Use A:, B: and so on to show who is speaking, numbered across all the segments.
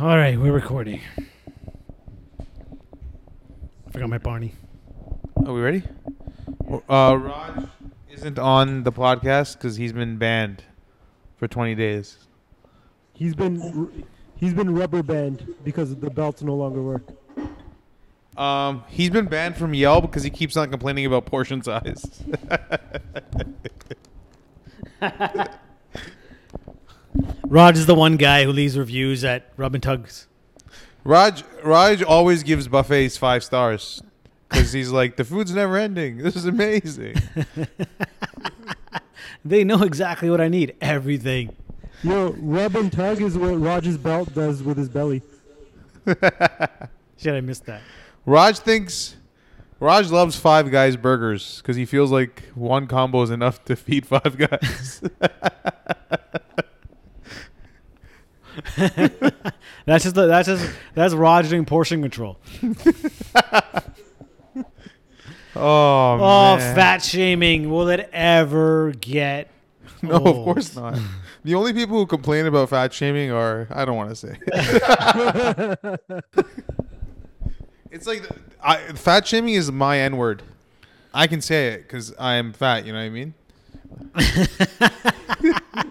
A: All right, we're recording. Forgot my Barney.
B: Are we ready? Uh, Raj isn't on the podcast because he's been banned for 20 days.
C: He's been he's been rubber band because the belts no longer work.
B: Um, he's been banned from Yelp because he keeps on complaining about portion size.
A: Raj is the one guy who leaves reviews at Rub and Tugs.
B: Raj Raj always gives buffets five stars because he's like the food's never ending. This is amazing.
A: They know exactly what I need. Everything.
C: Yo, rub and tug is what Roger's belt does with his belly.
A: Shit, I missed that.
B: Raj thinks Raj loves Five Guys burgers because he feels like one combo is enough to feed five guys.
A: That's just the, that's just that's Raj doing portion control.
B: oh,
A: Oh,
B: man.
A: fat shaming. Will it ever get?
B: No, of
A: old?
B: course not. the only people who complain about fat shaming are I don't want to say. it's like I, fat shaming is my N word. I can say it because I am fat. You know what I mean?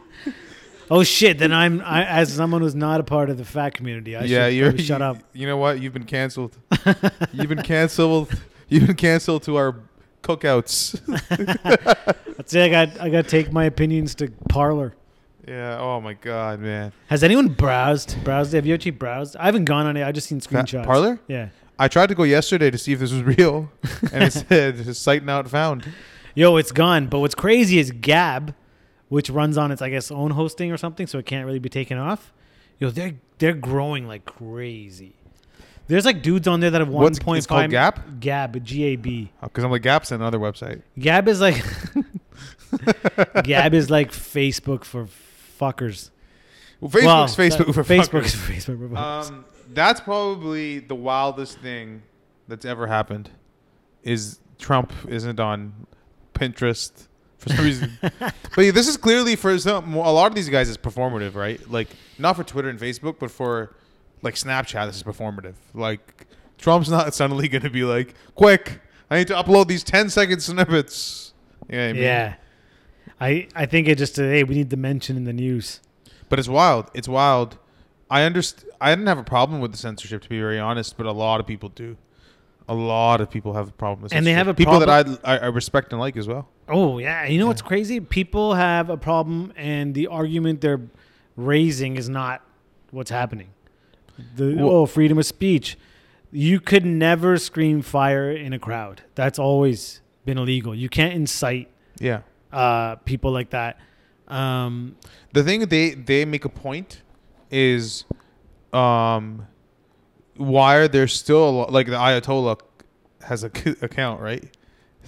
A: Oh shit! Then I'm I, as someone who's not a part of the fat community. I
B: yeah,
A: should
B: you're
A: probably shut
B: you-
A: up.
B: You know what? You've been canceled. you've been canceled. You've been canceled to our cookouts.
A: Let's say I got I got to take my opinions to parlor.
B: yeah. Oh my god, man.
A: Has anyone browsed? Browsed? Have you actually browsed? I haven't gone on it. I just seen
B: Fat-
A: screenshots.
B: Parlor?
A: Yeah.
B: I tried to go yesterday to see if this was real, and it said site not found.
A: Yo, it's gone. But what's crazy is Gab, which runs on its I guess own hosting or something, so it can't really be taken off. Yo, they're they're growing like crazy. There's like dudes on there that have one
B: What's-
A: point
B: it's called
A: five
B: Gab?
A: Gab G A B.
B: Because uh, I'm like Gap's on another website.
A: Gab is like Gab is like Facebook for fuckers.
B: Well, Facebook's
A: Well,
B: Facebook
A: that-
B: for
A: Facebook
B: fuckers.
A: is Facebook for fuckers.
B: Um, that's probably the wildest thing that's ever happened. Is Trump isn't on Pinterest for some reason? but yeah, this is clearly for some. A lot of these guys is performative, right? Like not for Twitter and Facebook, but for like Snapchat. This is performative. Like Trump's not suddenly going to be like, "Quick, I need to upload these 10 second snippets." You know what I mean?
A: yeah. I, I think it just uh, hey we need to mention in the news.
B: But it's wild. It's wild. I underst- I didn't have a problem with the censorship to be very honest, but a lot of people do. A lot of people have a problem with
A: And they have
B: censorship.
A: a
B: people that I, I I respect and like as well.
A: Oh yeah, you know what's crazy? People have a problem, and the argument they're raising is not what's happening. The
B: Well-
A: oh, freedom of speech. You could never scream fire in a crowd. That's always been illegal. You can't incite
B: Yeah.
A: uh, people like that. Um,
B: The thing that they they make a point is um why are there still a lo- like the Ayatollah has a c- account, right?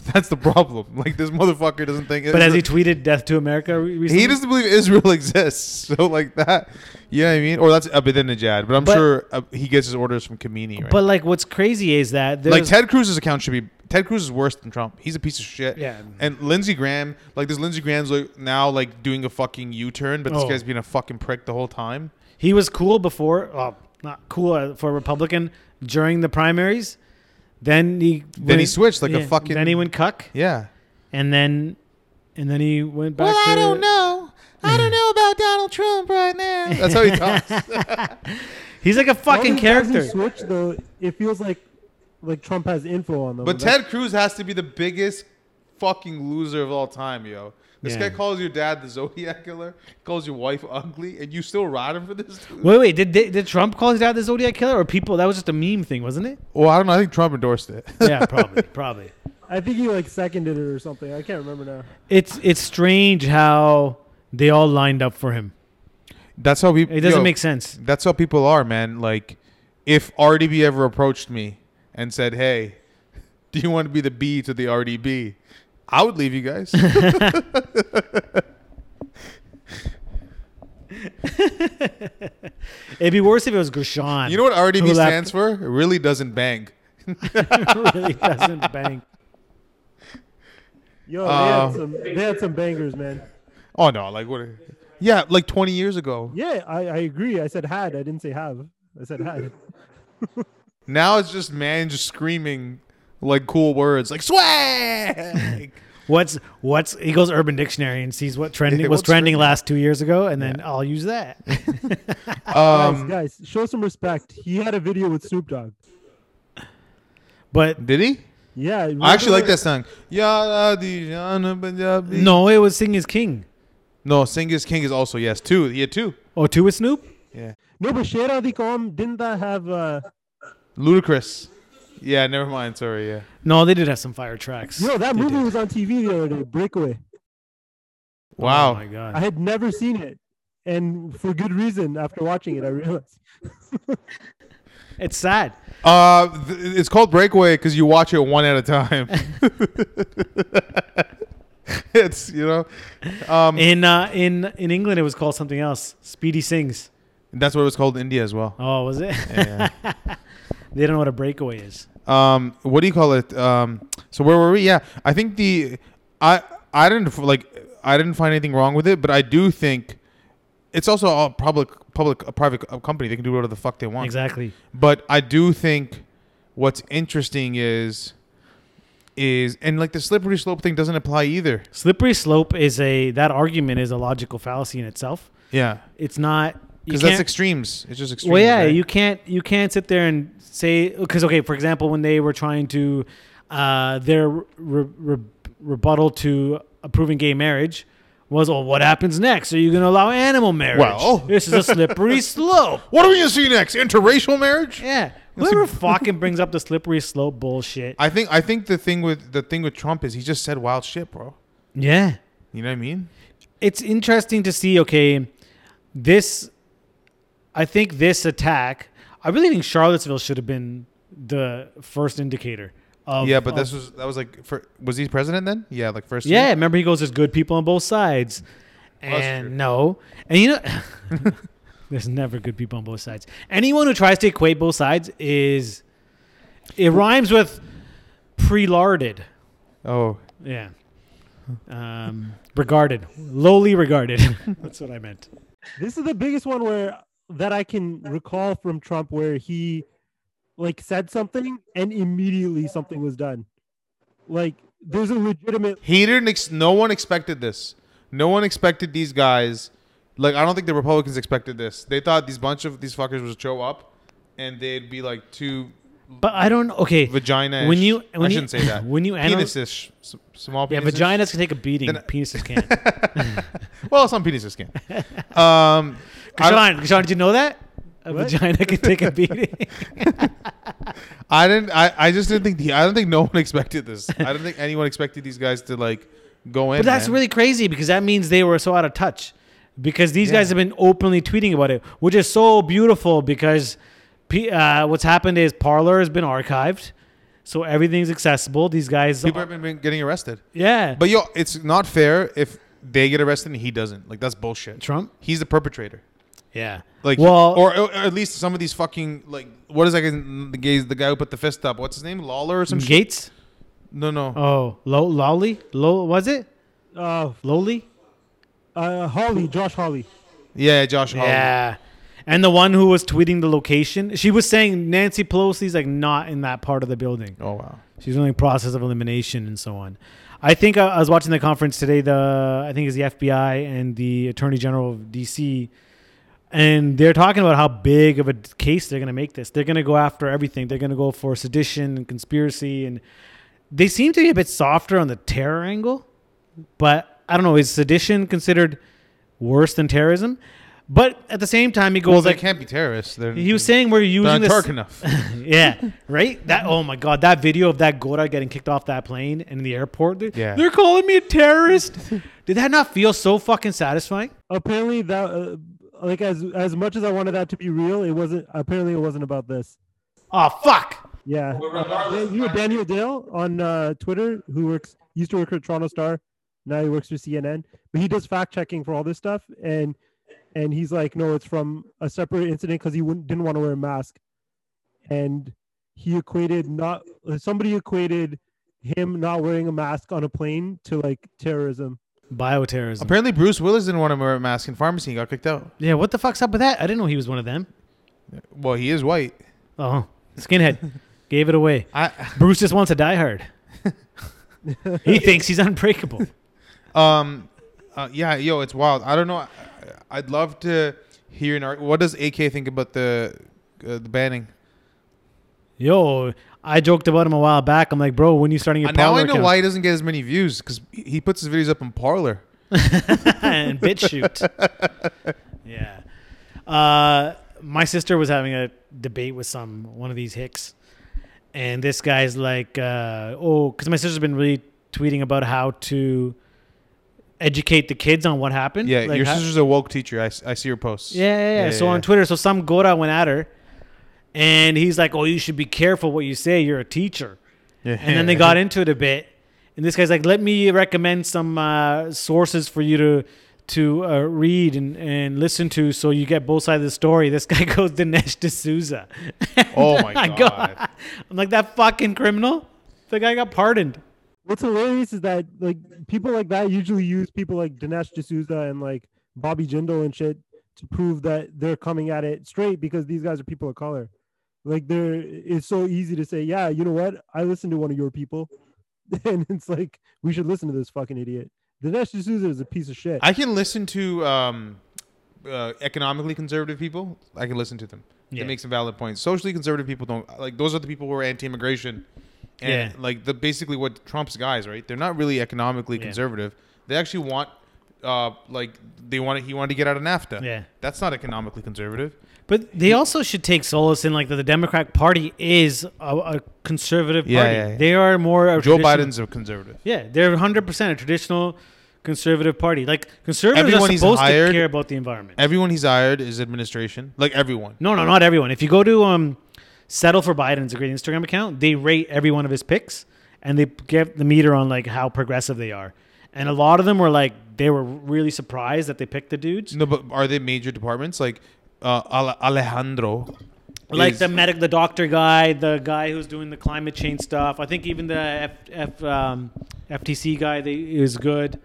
B: That's the problem. Like this motherfucker doesn't think
A: but as he tweeted "Death to America" re- recently,
B: He doesn't believe Israel exists. So like that, you know what I mean? Or that's Abedinejad. But I'm
A: But-
B: sure uh, he gets his orders from Khomeini, right?
A: But like, what's crazy is that there's
B: like Ted Cruz's account should be. Ted Cruz is worse than Trump. He's a piece of shit.
A: Yeah.
B: And Lindsey Graham, like this Lindsey Graham's like now like doing a fucking U-turn, but this
A: Oh.
B: guy's been a fucking prick the whole time.
A: He was cool before, well, not cool uh, for a Republican during the primaries. Then he
B: Then he switched like a fucking-
A: Then he went cuck,
B: Yeah.
A: and then and then he went back. to,
B: know. I don't know about Donald Trump right now. That's how he talks.
A: He's like a fucking
C: All these guys who
A: character.
C: Switch though, it feels like like Trump has info on them.
B: but
C: That's-
B: Ted Cruz has to be the biggest fucking loser of all time, yo. This
A: Yeah.
B: guy calls your dad the Zodiac killer, calls your wife ugly, and you still ride him for this. Dude?
A: Wait, wait, did, did did Trump call his dad the Zodiac killer or people? That was just a meme thing, wasn't it?
B: Well, I don't know. I think Trump endorsed it.
A: Yeah, probably, probably.
C: I think he like seconded it or something. I can't remember now.
A: It's it's strange how they all lined up for him.
B: That's how people.
A: It doesn't
B: yo,
A: make sense.
B: That's how people are, man. Like, if RDB ever approached me and said, "Hey, do you want to be the B to the RDB?" I would leave you guys.
A: It'd be worse if it was Gershon.
B: you know what
A: Who
B: RDB
A: left?
B: stands for? It really doesn't bang.
A: really doesn't bang.
C: Yo,
B: Uh,
C: they had some they had some bangers, man.
B: Oh no! Like what? Yeah, like 20 years ago.
C: Yeah, I, I agree. I said had. I didn't say have. I said hi.
B: Now it's just man just screaming like cool words like swag.
A: What's what's he goes Urban Dictionary and sees what trending
B: Yeah,
A: was
B: what's
A: trending
B: trending?
A: last two years ago, and then I'll use that.
B: um,
C: guys, guys, show some respect. He had a video with Snoop Dogg.
A: but
B: did he?
C: Yeah,
B: I actually like
C: remember-
B: that song. Yara di jana Punjabi.
A: no, it was Sing is King.
B: no, Sing is King is also yes two. He had two.
A: Oh, two with Snoop.
B: Yeah,
C: No, but Sher Ali Kaum didn't that have? Uh,
B: ludicrous. Yeah, never mind. Sorry. Yeah,
A: No, they did have some fire tracks.
C: yo, that
A: They
C: movie
A: did.
C: was on TV the other day, Breakaway.
B: Wow.
A: Oh my god.
C: I had never seen it, and for good reason. After watching it, I realized.
A: It's sad.
B: Uh, th- it's called Breakaway because you watch it one at a time. it's you know, um,
A: In uh, in in England, it was called something else. Speedy Sings.
B: that's what it was called in India as well.
A: Oh, was it?
B: Yeah.
A: they don't know what a breakaway is.
B: um what do you call it um so where were we yeah i think the i i didn't f- like i didn't find anything wrong with it but i do think it's also all public public a private co- company they can do whatever the fuck they want
A: Exactly.
B: but i do think what's interesting is is and like the slippery slope thing doesn't apply either
A: Slippery slope is a that argument is a logical fallacy in itself.
B: yeah
A: It's not you
B: because that's
A: can't-
B: extremes it's just extremes
A: Well, yeah,
B: right?
A: you can't you can't sit there and say because okay, for example, when they were trying to uh, their re- re- rebuttal to approving gay marriage was, oh, what happens next? Are you going to allow animal marriage?
B: Well-
A: this is a slippery slope.
B: what are we gonna see next interracial marriage
A: Yeah, whoever fucking brings up the slippery slope bullshit.
B: i think i think the thing with the thing with trump is he just said wild shit bro
A: yeah,
B: you know what i mean
A: it's interesting to see. Okay, this, I think this attack. I really think Charlottesville should have been the first indicator. Of,
B: yeah, but
A: of
B: this was that was like for, was he president then? Yeah, like first.
A: Yeah,
B: year?
A: remember he goes, "There's good people on both sides,"
B: that's
A: and
B: true.
A: no, and you know, there's never good people on both sides. Anyone who tries to equate both sides is, it rhymes with pre-larded.
B: Oh,
A: Yeah, um, regarded, lowly regarded. That's what I meant.
C: This is the biggest one where that I can recall from Trump, where he like said something and immediately something was done. Like there's a legitimate
B: he didn't. Ex- no one expected this. No one expected these guys. Like I don't think the Republicans expected this. They thought these bunch of these fuckers would show up, and they'd be like two
A: But I don't. Okay,
B: vagina.
A: When you- when
B: I
A: you-
B: shouldn't say that.
A: when you anal-
B: penisish, s- small.
A: yeah,
B: penises.
A: vaginas can take a beating,
B: Then I-
A: penises can't.
B: Well, some penises can. Um, I don't-
A: Sean, Sean, did you know that? A
C: What?
A: vagina can take a beating.
B: I didn't. I, I just didn't think. The, I don't think no one expected this. I don't think anyone expected these guys to like go in.
A: But that's
B: man.
A: really crazy because that means they were so out of touch. Because these
B: Yeah.
A: guys have been openly tweeting about it, which is so beautiful. Because pe- uh, what's happened is Parlor has been archived, so everything's accessible. These guys,
B: people have been- been getting arrested.
A: yeah,
B: But yo, it's not fair if they get arrested and he doesn't. Like that's bullshit.
A: Trump,
B: He's the perpetrator.
A: yeah,
B: Like
A: well,
B: or, or at least some of these fucking like what is that guy's- the gay the guy who put the fist up? What's his name? Lawler or some shit?
A: Gates.
B: No, no.
A: Oh, low, lowly, low, was it
C: uh,
A: lowly?
C: uh Holly, Josh Holly.
B: yeah, Josh Hawley.
A: Yeah. And the one who was tweeting the location, she was saying Nancy Pelosi's like not in that part of the building.
B: Oh wow.
A: She's doing process of elimination and so on. I think uh, I, I was watching the conference today. The I think it's the FBI and the Attorney General of DC, and they're talking about how big of a d- case they're going to make this. They're going to go after everything. They're going to go for sedition and conspiracy, and they seem to be a bit softer on the terror angle. But I don't know. Is sedition considered worse than terrorism? But at the same time, he goes
B: Well, they
A: like
B: can't be terrorists. They're,
A: he was saying we're
B: they're
A: using
B: not
A: this
B: dark enough.
A: yeah, right. That oh my god, that video of that Gora getting kicked off that plane in the airport. They're,
B: Yeah.
A: they're calling me a terrorist. Did that not feel so fucking satisfying?
C: Apparently that uh, like as as much as I wanted that to be real, it wasn't. Apparently it wasn't about this.
A: Oh fuck.
C: Yeah. Uh, Yeah, you know Daniel Dale on uh, Twitter, who works used to work for Toronto Star, now he works for CNN, but he does fact checking for all this stuff, and and he's like, no, it's from a separate incident because he wouldn't, didn't want to wear a mask, and he equated not somebody equated him not wearing a mask on a plane to like terrorism.
A: Bioterrorism.
B: Apparently, Bruce Willis didn't want to wear a mask in pharmacy. He got kicked out.
A: yeah, what the fuck's up with that? I didn't know he was one of them.
B: Well, he is white.
A: Oh, skinhead gave it away.
B: I
A: Bruce just wants a Die Hard. he thinks he's unbreakable.
B: um, uh, yeah, yo, it's wild. I don't know. I, I'd love to hear an art. What does AK think about the uh, the banning?
A: Yo, I joked about him a while back. I'm like, bro, when you starting your
B: Uh, now
A: parlor
B: I know
A: account?
B: why he doesn't get as many views because he puts his videos up in Parlor.
A: and BitChute. yeah. Uh, my sister was having a debate with some one of these hicks, and this guy's like, uh, "Oh, because my sister's been really tweeting about how to educate the kids on what happened."
B: Yeah,
A: Like,
B: your
A: how-
B: sister's a woke teacher. I, s- I see your posts.
A: yeah, yeah, yeah.
B: Yeah,
A: So
B: yeah, yeah.
A: on Twitter, so some Gora went at her, and he's like, "Oh, you should be careful what you say. You're a teacher."
B: yeah.
A: and then they got into it a bit. And this guy's like, "Let me recommend some uh, sources for you to to uh, read and, and listen to, so you get both sides of the story." This guy goes Dinesh D'Souza.
B: Oh my god.
A: I'm like that fucking criminal. The guy got pardoned.
C: What's hilarious is that like people like that usually use people like Dinesh D'Souza and like Bobby Jindal and shit to prove that they're coming at it straight because these guys are people of color. Like they're it's so easy to say, yeah, you know what? I listened to one of your people, and it's like we should listen to this fucking idiot. Dinesh D'Souza is a piece of shit.
B: I can listen to um, uh, economically conservative people. I can listen to them.
A: Yeah.
B: It makes some valid points. Socially conservative people don't like those are the people who are anti-immigration,
A: Yeah.
B: and like the basically what Trump's guys right. They're not really economically
A: Yeah.
B: conservative. They actually want uh, like they want he wanted to get out of NAFTA.
A: Yeah.
B: that's not economically conservative.
A: But they also should take solace in like that the Democrat Party is a, a conservative party.
B: Yeah, yeah, yeah.
A: They are more a
B: Joe
A: traditional-
B: Biden's a conservative.
A: Yeah, they're 100 percent a traditional conservative party. Like conservatives
B: Everyone
A: are
B: he's
A: supposed
B: hired-
A: to care about the environment.
B: Everyone he's hired is administration. Like everyone.
A: No, no, not everyone. If you go to um, Settle for Biden's a great Instagram account, they rate every one of his picks and they get the meter on like how progressive they are. And a lot of them were like they were really surprised that they picked the dudes,
B: No, but are they major departments like uh, Ale- Alejandro?
A: like
B: is-
A: the medic, the doctor guy, the guy who's doing the climate change stuff. I think even the F, F, um, FTC guy they, is good.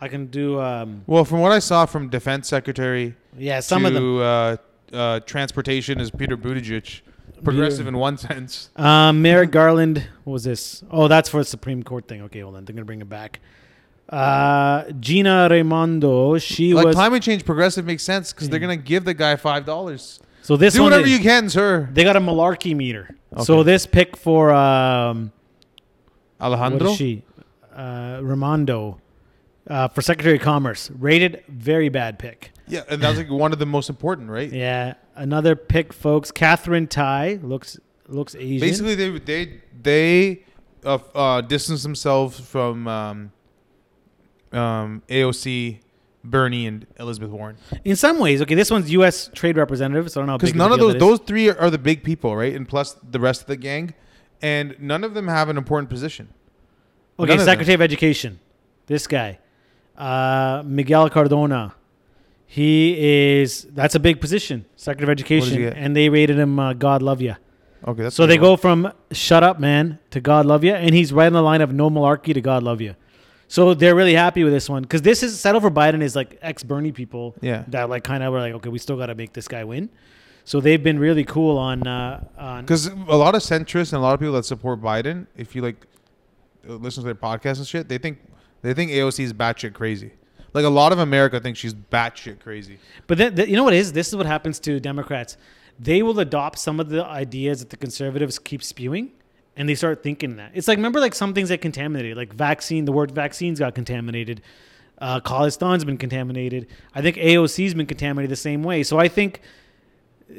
A: I can do um,
B: Well, from what I saw from Defense Secretary
A: yeah some
B: to
A: of them.
B: Uh, uh, transportation is Peter Buttigieg, progressive in one sense.
A: Um, Merrick Garland, what was this? Oh, that's for the Supreme Court thing. Okay, hold on. They're going to bring it back. Uh, Gina Raimondo, she
B: like
A: was.
B: climate change, progressive makes sense because they're gonna give the guy five dollars.
A: so this
B: Do
A: one,
B: whatever
A: they,
B: you can, sir.
A: they got a malarkey meter. So
B: Okay.
A: this pick for um, what
B: Alejandro.
A: is she? Uh, Raimondo, uh, for Secretary of Commerce, rated very bad pick.
B: Yeah, and that's like one of the most important, right?
A: Yeah, another pick, folks. Catherine Tai looks looks Asian.
B: Basically, they they they uh, f- uh, distance themselves from um, um, AOC, Bernie, and Elizabeth Warren
A: in some ways, okay. This one's U.S. Trade Representative, so I don't know. how
B: because
A: big
B: none
A: a
B: of
A: deal
B: those
A: that is.
B: those three are, are the big people, right? And plus the rest of the gang, and none of them have an important position.
A: Okay,
B: None of them.
A: Secretary of Education. This guy, uh, Miguel Cardona. He is that's a big position, Secretary of Education,
B: get?
A: and they rated him uh, God love ya.
B: Okay, that's
A: So they
B: pretty well.
A: go from shut up man to God love ya, and he's right on the line of no malarkey to God love ya. So they're really happy with this one because this is settled for Biden is like ex Bernie people
B: Yeah.
A: that like kind of were like okay we still got to make this guy win. So they've been really cool on uh, on
B: Because a lot of centrists and a lot of people that support Biden, if you like uh, listen to their podcasts and shit, they think they think AOC is batshit crazy. Like a lot of America thinks she's batshit crazy.
A: But then, th- you know what it is? This is what happens to Democrats. They will adopt some of the ideas that the conservatives keep spewing, and they start thinking that. It's like remember, like some things that contaminated, like vaccine. The word vaccines got contaminated. Uh, Khalistan's been contaminated. I think AOC's been contaminated the same way. So I think, uh,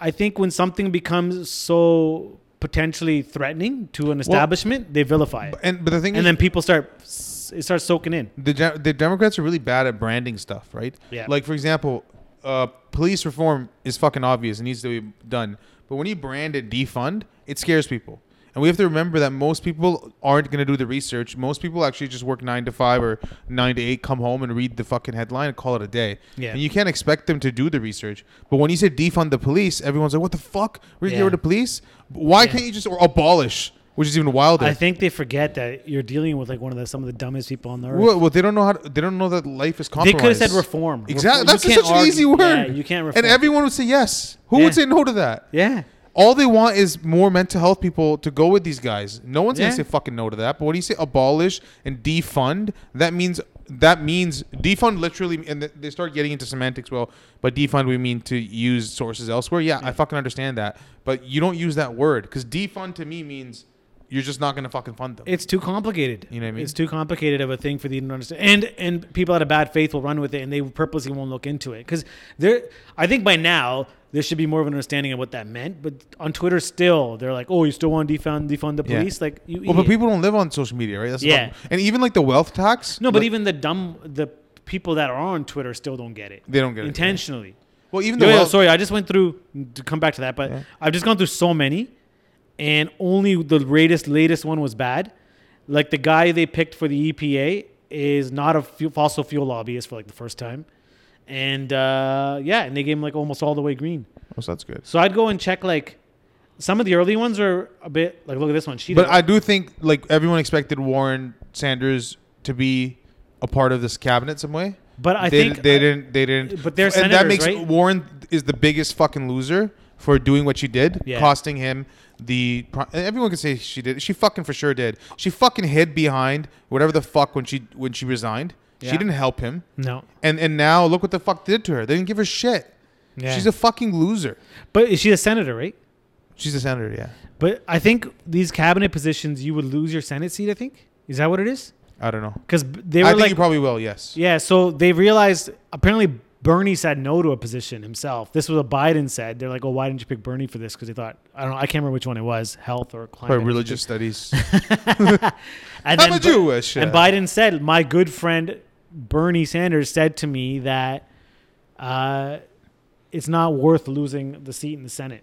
A: I think when something becomes so potentially threatening to an establishment, they vilify it,
B: And but the thing
A: and
B: is,
A: then people start it starts soaking in.
B: the Ge- the Democrats are really bad at branding stuff, right?
A: Yeah.
B: Like for example, uh, police reform is fucking obvious; it needs to be done. But when you brand it defund, it scares people. And we have to remember that most people aren't going to do the research. Most people actually just work nine to five or nine to eight, come home and read the fucking headline and call it a day.
A: Yeah.
B: And you can't expect them to do the research. But when you say defund the police, everyone's like, "What the fuck? We're going to
A: Yeah.
B: get rid of police? Why
A: Yeah.
B: can't you just or abolish?" which is even wilder.
A: I think they forget that you're dealing with like one of the some of the dumbest people on the earth.
B: well, well, they don't know how to, they don't know that life is
A: they
B: compromised.
A: could have said reform.
B: Exactly.
A: Reform-
B: That's
A: you
B: such
A: can't
B: an easy
A: argue-
B: word.
A: Yeah, you can't reform.
B: And everyone would say yes. Who
A: Yeah.
B: would say no to that?
A: yeah.
B: All they want is more mental health people to go with these guys. No one's
A: Yeah.
B: gonna say fucking no to that. But what do you say? Abolish and defund. That means that means defund literally, and th- they start getting into semantics. Well, but defund we mean to use sources elsewhere. Yeah, I fucking understand that. But you don't use that word because defund to me means you're just not gonna fucking fund them.
A: It's too complicated.
B: You know what I mean?
A: It's too complicated of a thing for the to understand. And and people out of bad faith will run with it, and they purposely won't look into it because there. I think by now there should be more of an understanding of what that meant. But on Twitter, still they're like, "Oh, you still want to defund defund the
B: Yeah.
A: police?" Like, you
B: well, but
A: idiot.
B: people don't live on social media, right? That's the
A: Yeah.
B: problem. and even like the wealth tax.
A: No, but
B: like,
A: even the dumb the people that are on Twitter still don't get it.
B: They don't get it.
A: intentionally.
B: well, even the
A: Yo, yo,
B: wealth.
A: sorry, I just went through to come back to that, but
B: Yeah.
A: I've just gone through so many, and only the latest latest one was bad. Like the guy they picked for the EPA is not a fu- fossil fuel lobbyist for like the first time, and uh, yeah, and they gave him like almost all the way green.
B: Oh, so that's good.
A: So I'd go and check like some of the early ones are a bit like look at this one. She
B: But
A: did-
B: I do think like everyone expected Warren Sanders to be a part of this cabinet some way.
A: But I
B: they,
A: think-
B: they didn't. They didn't.
A: But they're
B: and that
A: senators,
B: makes
A: right?
B: Warren is the biggest fucking loser for doing what she did,
A: Yeah.
B: costing him the. pro- and Everyone can say she did. She fucking for sure did. She fucking hid behind whatever the fuck when she when she resigned.
A: Yeah.
B: She didn't help him.
A: no,
B: And and now look what the fuck did to her. They didn't give her shit.
A: yeah.
B: She's a fucking loser.
A: but is she a senator, right?
B: She's a senator. Yeah.
A: But I think these cabinet positions, you would lose your senate seat. I think is that what it is?
B: I don't know.
A: Because they were
B: I think
A: like
B: you probably will. Yes.
A: Yeah, so they realized apparently Bernie said no to a position himself. This was what Biden said. They're like, "Oh, why didn't you pick Bernie for this?" Because they thought I don't know. I can't remember which one it was, health or climate.
B: Probably religious studies.
A: And
B: I'm
A: then
B: a
A: Ber-
B: Jewish,
A: And
B: uh,
A: Biden said, "My good friend Bernie Sanders said to me that uh, it's not worth losing the seat in the Senate,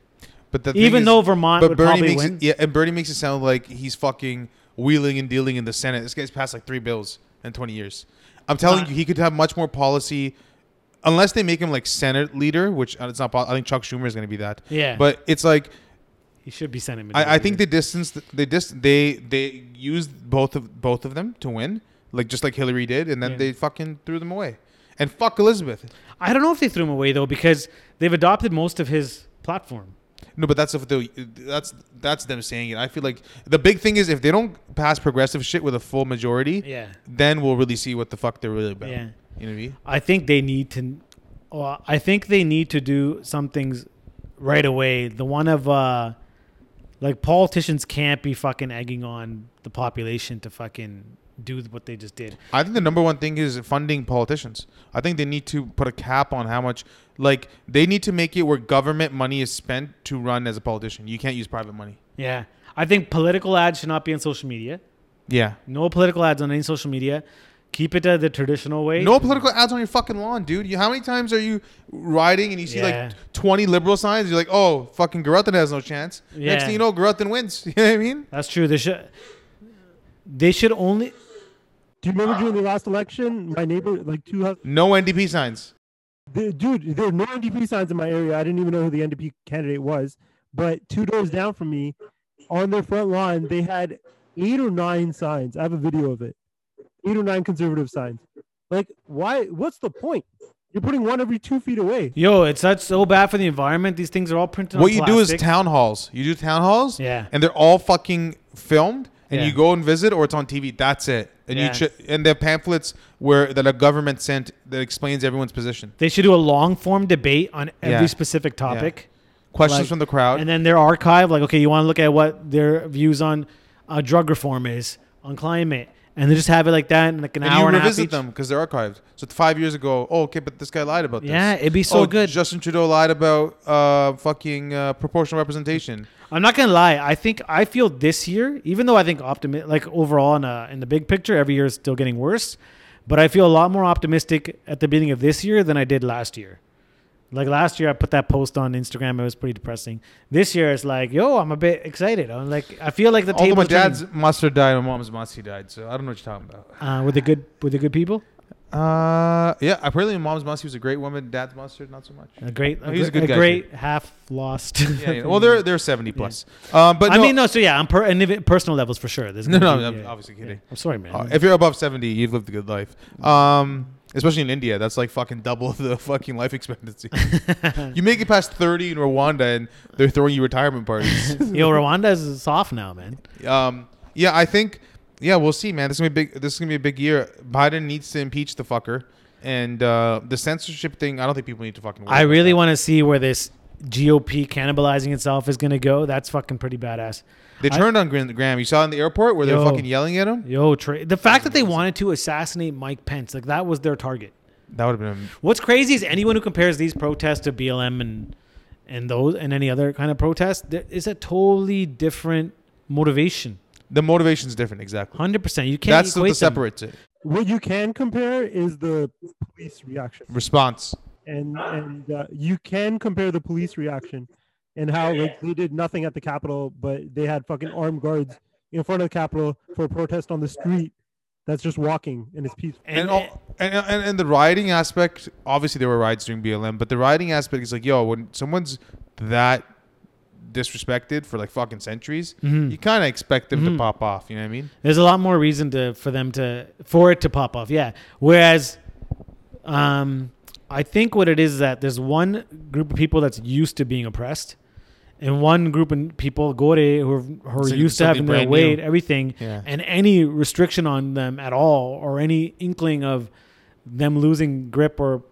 B: But the
A: even
B: thing
A: though
B: is,
A: Vermont
B: but
A: would
B: Bernie
A: probably
B: makes
A: win."
B: it, yeah, and Bernie makes it sound like he's fucking wheeling and dealing in the Senate. This guy's passed like three bills in twenty years. I'm telling
A: Uh,
B: you, he could have much more policy, unless they make him like Senate leader, which uh, it's not. po- I think Chuck Schumer is going to be that.
A: Yeah.
B: but it's like
A: He should be Senate.
B: I, I
A: Majority
B: think
A: Leader.
B: they distanced they dis they they used both of both of them to win, like just like Hillary did, and then
A: Yeah.
B: they fucking threw them away. And fuck Elizabeth.
A: I don't know if they threw him away though, because they've adopted most of his platform.
B: No, but that's if they, that's that's them saying it. I feel like the big thing is if they don't pass progressive shit with a full majority,
A: Yeah.
B: then we'll really see what the fuck they're really about.
A: Yeah.
B: You know what I mean?
A: I think they need to. Uh, I think they need to do some things right away. The one of uh, like politicians can't be fucking egging on the population to fucking do what they just did.
B: I think the number one thing is funding politicians. I think they need to put a cap on how much like they need to make it where government money is spent to run as a politician. You can't use private money.
A: Yeah, I think political ads should not be on social media.
B: Yeah.
A: No political ads on any social media. Keep it uh, the traditional way.
B: No political ads on your fucking lawn, dude. You, how many times are you riding and you see
A: Yeah.
B: like 20 liberal signs? You're like, oh, fucking Garuthin has no chance.
A: Yeah.
B: Next thing you know, Garuthin wins. You know what I mean?
A: that's true. They should. They should only.
C: Do you remember during the last election, my neighbor, like two houses,
B: No NDP signs.
C: the, dude, there were no NDP signs in my area. I didn't even know who the NDP candidate was. But two doors down from me, on their front lawn, they had eight or nine signs. I have a video of it. Eight or nine conservative signs. Like, why? What's the point? You're putting one every two feet away.
A: Yo, it's that's so bad for the environment. These things are all printed.
B: what
A: on
B: you do is
A: plastic.
B: town halls. You do town halls,
A: Yeah.
B: and they're all fucking filmed, and
A: Yeah.
B: you go and visit, or it's on TV. That's it. And
A: Yeah.
B: you ch- and the pamphlets where that a government sent that explains everyone's position.
A: They should do a long form debate on every
B: Yeah.
A: specific topic.
B: Questions
A: Like-
B: from the crowd.
A: And then their archive, like, okay, you want to look at what their views on uh, drug reform is, on climate, and they just have it like that in like an
B: and
A: hour
B: you
A: and a half.
B: revisit
A: each.
B: them because they're archived. So five years ago, oh, okay, but this guy lied about this.
A: Yeah, it'd be so
B: Oh,
A: good.
B: Justin Trudeau lied about uh, fucking uh, proportional representation.
A: I'm not gonna lie. I think I feel this year, even though I think optimi like overall in a, in the big picture, every year is still getting worse. But I feel a lot more optimistic at the beginning of this year than I did last year. Like last year, I put that post on Instagram. It was pretty depressing. This year, it's like, yo, I'm a bit excited. I'm like, I feel like the
B: Although my
A: table's turning.
B: dad's mustard died, my mom's musty died. So I don't know what you're talking about.
A: uh, with the good with the good people.
B: Uh, yeah. Apparently, mom's mustard was a great woman. Dad's mustard, not so much.
A: A great, a,
B: No, Oh, he's a
A: gr-
B: good guy,
A: great half lost.
B: Yeah. yeah. Well, they're they're seventy plus. Um, but
A: I mean, no. So yeah, on per, indivi- personal levels for sure. There's
B: No,
A: gonna
B: no,
A: be-
B: I'm
A: yeah,
B: obviously
A: yeah.
B: kidding.
A: I'm sorry, man.
B: Uh, if you're above 70, you've lived a good life. Um, especially in India, that's like fucking double the fucking life expectancy. you make it past 30 in Rwanda and they're throwing you retirement parties.
A: Yo, Rwanda is soft now, man.
B: um, yeah, I think yeah, we'll see, man. This is gonna be big. This is gonna be a big year. Biden needs to impeach the fucker, and uh, the censorship thing. I don't think people need to fucking. Worry
A: I
B: about
A: really
B: that.
A: want to see where this GOP cannibalizing itself is gonna go. That's fucking pretty badass.
B: They
A: I-
B: turned on Gra- Graham. You saw in the airport where
A: Yo.
B: they're fucking yelling at him.
A: Yo, Tra- the fact that they wanted to assassinate Mike Pence, like that was their target.
B: That would have been.
A: What's crazy is anyone who compares these protests to BLM and and those and any other kind of protest, there is a totally different motivation.
B: The motivation's different, exactly.
A: Hundred percent. You can't.
B: That's what
A: equate them.
B: separates it.
C: What you can compare is the police reaction,
B: Response.
C: and and uh, you can compare the police reaction, and how like they did nothing at the Capitol, but they had fucking armed guards in front of the Capitol for a protest on the street that's just walking and it's peaceful.
B: and all, and, and and the rioting aspect. Obviously, there were riots during BLM, but the rioting aspect is like, yo, when someone's that disrespected for like fucking centuries,
A: Mm-hmm.
B: you kind of expect them to pop off. You know what I mean?
A: There's a lot more reason to for them to for it to pop off. Yeah. Whereas, um, I think what it is is that there's one group of people that's used to being oppressed, and one group of people, gore, who are, who are
B: So-
A: used to
B: something
A: having their
B: brand
A: weight,
B: new.
A: everything,
B: Yeah.
A: and any restriction on them at all, or any inkling of them losing grip or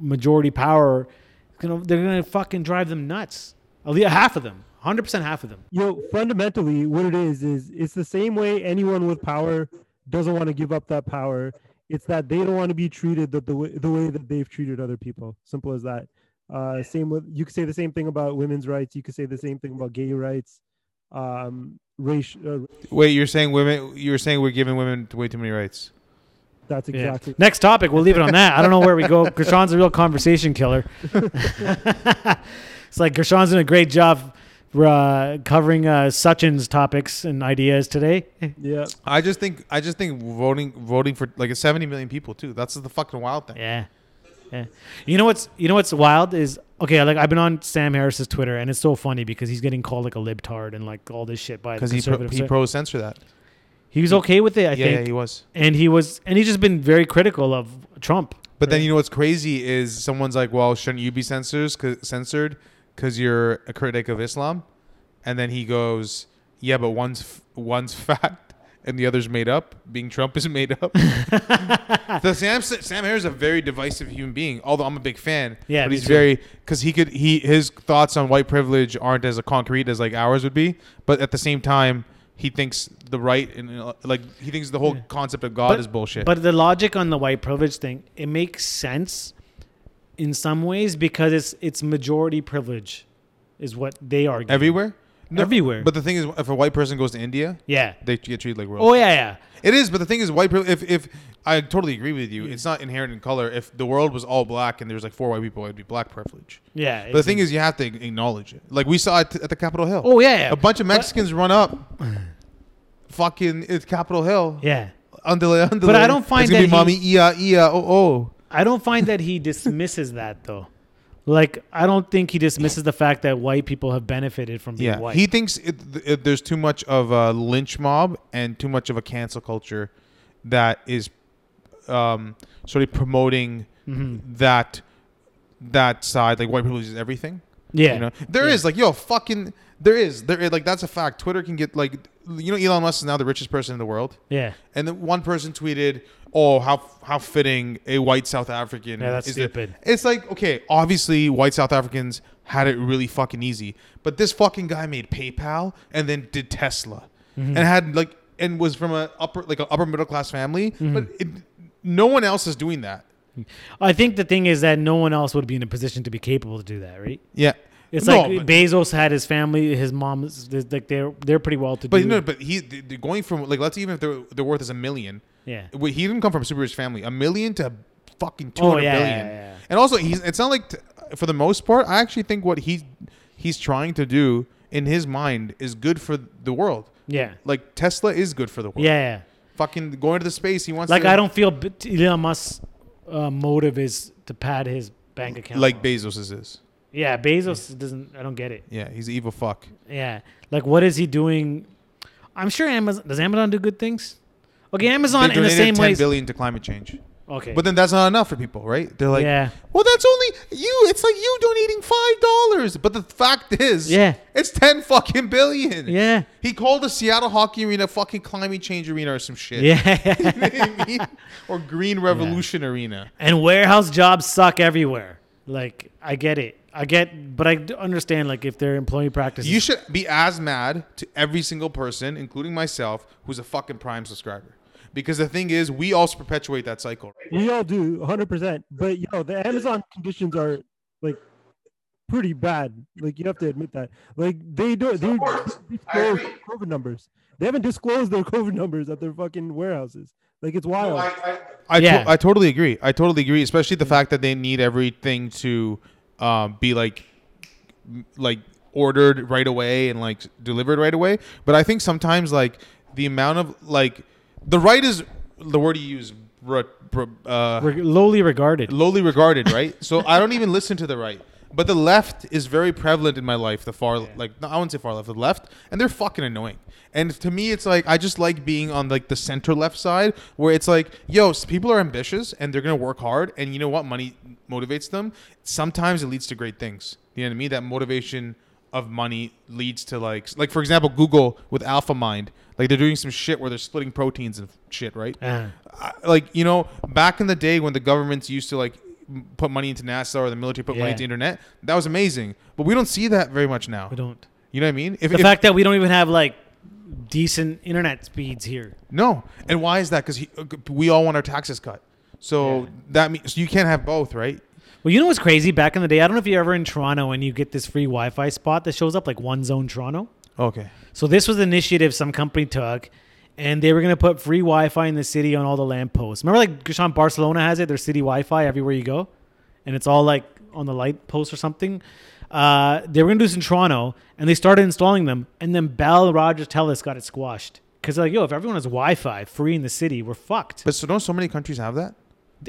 A: majority power, it's gonna, they're gonna fucking drive them nuts. At least half of them, hundred percent, half of them.
C: you know, fundamentally, what it is is it's the same way anyone with power doesn't want to give up that power. It's that they don't want to be treated the, the, way, the way that they've treated other people. Simple as that. Uh, same with you could say the same thing about women's rights. You could say the same thing about gay rights, um, race. Uh,
B: Wait, you're saying women? You were saying we're giving women way too many rights.
C: that's
A: Yeah.
C: exactly.
A: Next topic. We'll leave it on that. I don't know where we go. Gershon's a real conversation killer. it's like Gershon's doing a great job uh, covering uh, Sachin's topics and ideas today.
C: Yeah.
B: I just think I just think voting voting for like 70 million people too. That's the fucking wild thing.
A: Yeah. Yeah. You know what's you know what's wild is okay, like I've been on Sam Harris's Twitter and it's so funny because he's getting called like a libtard and like all this shit by the
B: Because he pro,
A: conservatives.
B: he pro censor that.
A: he was okay with it, I
B: yeah,
A: think.
B: yeah, he was.
A: and he was and he's just been very critical of Trump.
B: But then
A: Right.
B: you know what's crazy is someone's like, "Well, shouldn't you be censors, cause, censored because you're a critic of Islam?" And then he goes, "Yeah, but one's f- one's fact and the other's made up. Being Trump is made up." the Sam Sam Harris is a very divisive human being. Although I'm a big fan,
A: Yeah,
B: but
A: me
B: he's
A: too.
B: very because he could he his thoughts on white privilege aren't as concrete as like ours would be. But at the same time. He thinks the right and uh, like he thinks the whole concept of God
A: But-
B: is bullshit.
A: But the logic on the white privilege thing, it makes sense in some ways because it's it's majority privilege is what they argue.
B: Everywhere?
A: Everywhere.
B: But the thing is, if a white person goes to India,
A: yeah.
B: they get treated like royalty.
A: Oh yeah, yeah.
B: It is, but the thing is, white people. If if I totally agree with you, it's not inherent in color. If the world was all black and there was like four white people, it'd be black privilege.
A: Yeah.
B: But the thing is, you have to acknowledge it. Like we saw it at the Capitol Hill.
A: Oh yeah, yeah.
B: a bunch of Mexicans run up, fucking at Capitol Hill.
A: Yeah.
B: Underlay, underlay.
A: I don't find
B: it's gonna
A: that
B: be
A: he-
B: mommy ia ia oh oh.
A: I don't find that he dismisses that though. Like I don't think he dismisses the fact that white people have benefited from being
B: Yeah,
A: white.
B: he thinks it, th- it, there's too much of a lynch mob and too much of a cancel culture that is um, sort of promoting
A: Mm-hmm.
B: that that side, like white people is everything.
A: yeah.
B: You know, there is like yo fucking there is there is, like that's a fact. Twitter can get like you know Elon Musk is now the richest person in the world,
A: yeah.
B: and then one person tweeted, "Oh, how how fitting a white South African."
A: Yeah, that's
B: is it."
A: stupid.
B: It's like okay, obviously white South Africans had it really fucking easy, but this fucking guy made PayPal and then did Tesla,
A: Mm-hmm.
B: and had like and was from a upper like an upper middle class family,
A: Mm-hmm.
B: but it, no one else is doing that.
A: I think the thing is that no one else would be in a position to be capable to do that, right?
B: Yeah,
A: It's
B: No,
A: like
B: but-
A: Bezos had his family, his mom's like they're they're pretty well to do.
B: But no, but he they- they're going from like let's even if their their worth is a million.
A: Yeah.
B: Wait, he didn't come from a super rich family. A million to fucking two
A: Oh,
B: hundred billion.
A: yeah, yeah, yeah, yeah.
B: And also, he's it's not like t- for the most part. I actually think what he he's trying to do in his mind is good for the world.
A: yeah.
B: Like Tesla is good for the world.
A: Yeah, yeah.
B: Fucking going to the space. He wants
A: Like
B: to-
A: I don't feel b- Elon Musk uh, motive is to pad his bank account.
B: like Bezos is.
A: yeah, Bezos doesn't. I don't get it.
B: Yeah, he's an evil fuck.
A: Yeah, like what is he doing? I'm sure Amazon does. Amazon do good things. Okay, Amazon
B: they
A: in the
B: donated
A: same
B: 10
A: way.
B: billion to climate change.
A: Okay,
B: But then that's not enough for people, right? They're like,
A: Yeah.
B: well, that's only you. It's like you donating five dollars, but the fact is,
A: Yeah.
B: it's ten fucking billion.
A: yeah,
B: He called the Seattle Hockey Arena fucking climate change arena or some shit.
A: yeah.
B: You know what I mean? or Green Revolution Arena.
A: and warehouse jobs suck everywhere. Like I get it. I get, but I d- understand. Like if their employee practices,
B: You should be as mad to every single person, including myself, who's a fucking Prime subscriber. Because the thing is, we also perpetuate that cycle.
C: We all do, 100%. But, you know, the Amazon conditions are like pretty bad. Like, you have to admit that. Like, they don't, they disclose COVID numbers. They haven't disclosed their COVID numbers at their fucking warehouses. Like, it's wild.
B: I, to-
A: Yeah.
B: I totally agree. I totally agree, especially the fact that they need everything to um, be like m- like ordered right away and like delivered right away. But I think sometimes like the amount of like the right is the word you use re- re- uh,
A: Reg- lowly regarded.
B: lowly regarded, right? so I don't even listen to the right. But the left is very prevalent in my life. The far, like no, I wouldn't say far left, the left, and they're fucking annoying. And to me, it's like I just like being on like the center left side, where it's like, yo, s- people are ambitious and they're gonna work hard, and you know what, money motivates them. Sometimes it leads to great things. You know what I mean? That motivation of money leads to like, like for example, Google with AlphaMind, like they're doing some shit where they're splitting proteins and shit, right?
A: Uh,
B: I- like you know back in the day when the governments used to like m- put money into nasa or the military put money
A: Yeah.
B: into internet that was amazing but we don't see that very much now
A: we don't.
B: you know what i mean if,
A: The
B: if-
A: fact that we don't even have like decent internet speeds here.
B: no and why is that because we all want our taxes cut so
A: Yeah.
B: that means so you can't have both right
A: Well, you know what's crazy? Back in the day, I don't know if you're ever in Toronto and you get this free Wi-Fi spot that shows up like One Zone Toronto.
B: okay
A: So this was an initiative some company took, and they were going to put free Wi-Fi in the city on all the lampposts. Remember, like Gershon, Barcelona has it. There's city Wi-Fi everywhere you go, and it's all like on the light post or something. Uh, they were going to do this in Toronto, and they started installing them, and then Bell Rogers Telus got it squashed because they're like, yo, if everyone has Wi-Fi free in the city, we're fucked.
B: but so don't so many countries have that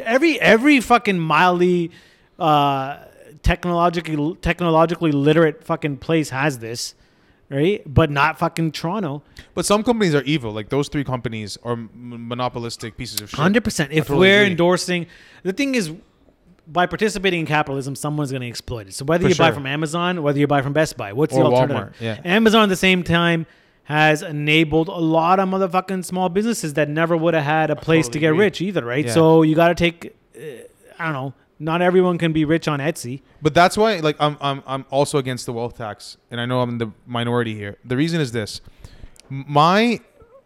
A: every every fucking mildly uh, technologically technologically literate fucking place has this, right? But not fucking Toronto.
B: but some companies are evil like those three companies are m- monopolistic pieces of shit
A: Hundred percent. If
B: totally
A: we're
B: agree.
A: endorsing, the thing is, by participating in capitalism, someone's going to exploit it. So whether
B: For
A: you buy
B: sure.
A: from Amazon, whether you buy from Best Buy, what's
B: Or
A: the alternative?
B: Walmart, yeah.
A: Amazon at the same time has enabled a lot of motherfucking small businesses that never would have had a place
B: totally
A: to get
B: agree.
A: rich either, right?
B: Yeah.
A: So you got to take, uh, I don't know. Not everyone can be rich on Etsy.
B: But that's why, like, I'm, I'm, I'm also against the wealth tax, and I know I'm in the minority here. The reason is this: my,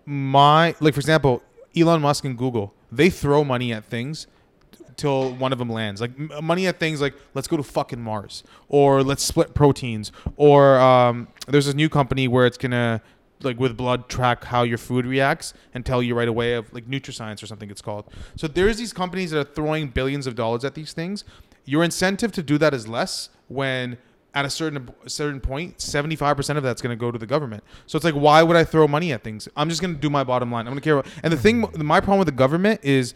B: my, like, for example, Elon Musk and Google, they throw money at things t- till one of them lands. Like, m- money at things like let's go to fucking Mars, or let's split proteins, or um, there's this new company where it's gonna like with blood track how your food reacts and tell you right away of like nutrascience or something it's called so there's these companies that are throwing billions of dollars at these things your incentive to do that is less when at a certain a certain point 75% of that's going to go to the government so it's like why would i throw money at things i'm just going to do my bottom line i'm going to care about and the thing my problem with the government is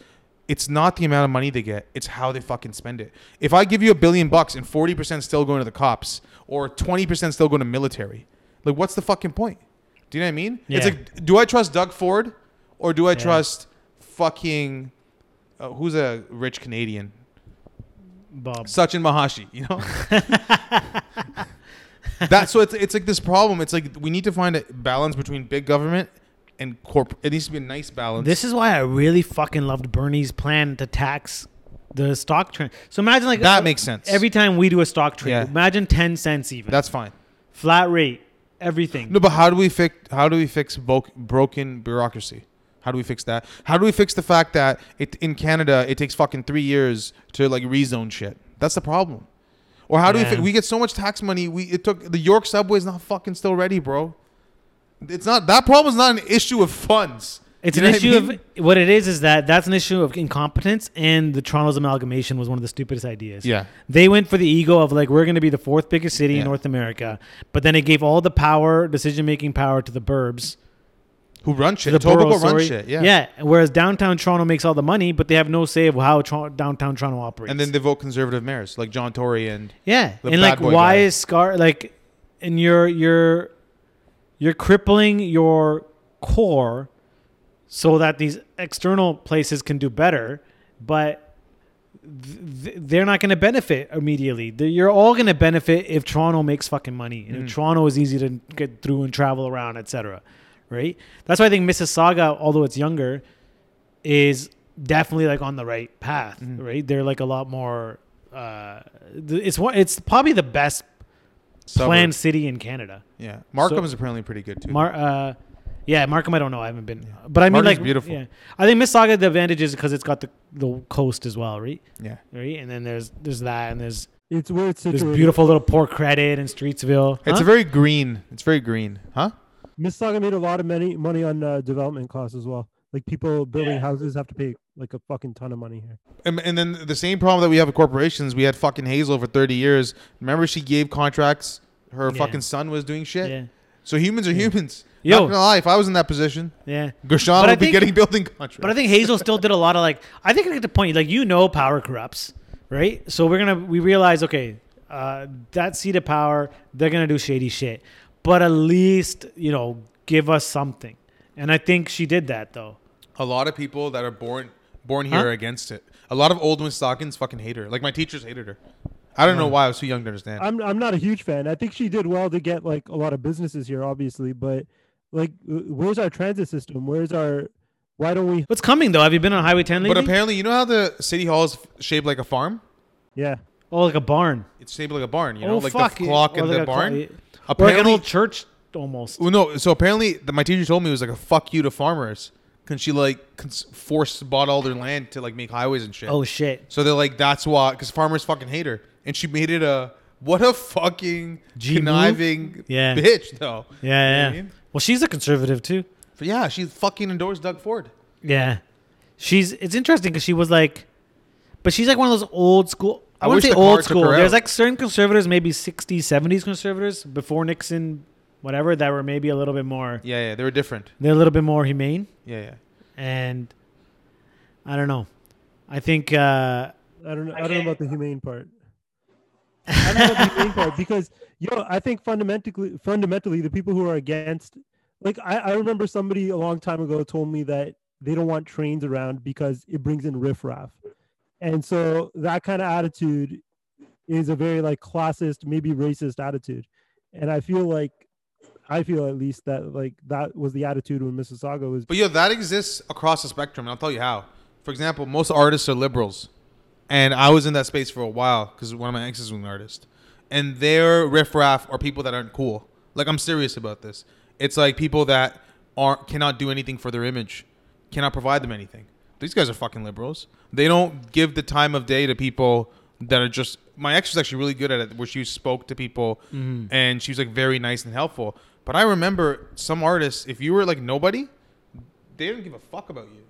B: it's not the amount of money they get it's how they fucking spend it if i give you a billion bucks and 40% still going to the cops or 20% still going to military like what's the fucking point do you know what i mean it's
A: Yeah.
B: like do i trust doug ford or do i trust fucking uh, who's a rich canadian
A: Bob.
B: Sachin Mahashi, you know? That's so it's, it's like this problem. It's like we need to find a balance between big government and corp. It needs to be a nice balance.
A: This is why I really fucking loved Bernie's plan to tax the stock trend. So imagine like
B: That makes sense.
A: Every time we do a stock trade,
B: Yeah.
A: imagine ten cents even.
B: That's fine.
A: flat rate, everything.
B: No, but how do we fix how do we fix bo- broken bureaucracy? How do we fix that? How do we fix the fact that it in Canada it takes fucking three years to like rezone shit? That's the problem. Or how do we
A: Yeah.
B: fi- we get so much tax money? We it took the York subway's not fucking still ready, bro. It's not that problem's not an issue of funds.
A: It's
B: You
A: an
B: know what I
A: issue
B: mean?
A: of what it is is that that's an issue of incompetence, and the Toronto's amalgamation was one of the stupidest ideas.
B: Yeah.
A: they went for the ego of like we're going to be the fourth biggest city
B: Yeah.
A: in North America, but then it gave all the power, decision making power to the burbs.
B: who run shit.
A: the
B: Tobago
A: borough,
B: runs
A: sorry.
B: shit. Yeah.
A: Whereas downtown Toronto makes all the money, but they have no say of how Tro- downtown Toronto operates.
B: And then they vote conservative mayors like John Tory and
A: yeah,
B: the
A: and
B: bad
A: like,
B: boy
A: why
B: guy.
A: is Scar like? And you're you're you're crippling your core so that these external places can do better, but th- th- they're not going to benefit immediately. They're, you're all going to benefit if Toronto makes fucking money and
B: Mm.
A: if Toronto is easy to get through and travel around, etc. Right? That's why I think Mississauga, although it's younger, is definitely like on the right path.
B: Mm-hmm.
A: Right? They're like a lot more. Uh, th- it's one. It's probably the best
B: suburbs. Mm-hmm.
A: planned city in Canada.
B: Yeah, Markham is apparently pretty good too.
A: Mar- uh, yeah, Markham. I don't know. I haven't been, but I mean,
B: Markham's
A: like,
B: beautiful.
A: Yeah, I think Mississauga. The advantage is because it's got the the coast as well, right?
B: yeah,
A: Right, and then there's there's that, and there's
C: It's where it's
A: there's
C: situated.
A: beautiful little Port Credit and Streetsville. Huh?
B: it's a very green. It's very green, huh?
C: Mississauga made a lot of money money on uh, development costs as well. Like people building houses have to pay like a fucking ton of money here.
B: And, and then the same problem that we have with corporations. We had fucking Hazel for thirty years. Remember, she gave contracts. Her
A: Yeah.
B: fucking son was doing shit.
A: yeah,
B: So humans are humans.
A: Yo.
B: Not gonna lie, if I was in that position,
A: yeah.
B: Gershon
A: But I
B: would be
A: think-
B: getting building contracts.
A: But I think Hazel still did a lot of like. I think I get the point. Like you know, power corrupts, right? So we're gonna we realize okay, uh, that seat of power, they're gonna do shady shit. But at least you know, give us something. And I think she did that though.
B: a lot of people that are born born here
A: Huh?
B: are against it. A lot of old Winstockins fucking hate her. Like my teachers hated her. I don't know why I was too young to understand.
C: I'm I'm not a huge fan. I think she did well to get like a lot of businesses here, obviously, but like w- where's our transit system? Where's our why don't we
A: What's coming though? Have you been on Highway 10 lately?
B: but apparently, you know how the city hall is f- shaped like a farm?
C: Yeah.
A: oh, like a barn.
B: It's shaped like a barn, you know,
A: oh
B: like
A: fuck!
B: the clock
A: Or
B: and
A: like
B: the
A: a clo-
B: barn.
A: or like an
B: Apparently,
A: old church almost.
B: well, no. So apparently, the, my teacher told me it was like a fuck you to farmers, because she like cons- forced bought all their land to like make highways and shit.
A: Oh shit!
B: So they're like, that's why, because farmers fucking hate her. And she made it a what a fucking
A: G move?
B: conniving
A: Yeah.
B: bitch, though. You know what
A: Yeah,
B: I
A: yeah.
B: mean?
A: Well, she's a conservative too.
B: But yeah, she fucking endorsed Doug Ford.
A: Yeah, she's. It's interesting because she was like, but she's like one of those old school. I,
B: I
A: wouldn't say
B: wish the car
A: old
B: took
A: school.
B: her
A: There's
B: out.
A: like certain conservatives, maybe 60s, 70s conservatives before Nixon, whatever, that were maybe a little bit more.
B: Yeah, yeah, they were different.
A: They're a little bit more humane,
B: Yeah, yeah.
A: and I don't know. I think. uh
C: I don't know. I, don't know about the humane part. I don't know about the humane part because yo, I think fundamentally, fundamentally, the people who are against, like I, I remember somebody a long time ago told me that they don't want trains around because it brings in riffraff, and so that kind of attitude is a very like classist, maybe racist attitude, and I feel like, I feel at least that like that was the attitude when Mississauga was.
B: But yo, that exists across the spectrum, and I'll tell you how. For example, most artists are liberals, and I was in that space for a while because one of my exes was an artist, and their riffraff are people that aren't cool. Like I'm serious about this. It's like people that aren't cannot do anything for their image, cannot provide them anything. These guys are fucking liberals. They don't give the time of day to people that are just. My ex was actually really good at it, where she spoke to people, and she was like very nice and helpful. But I remember some artists, if you were like nobody, they don't give a fuck about you.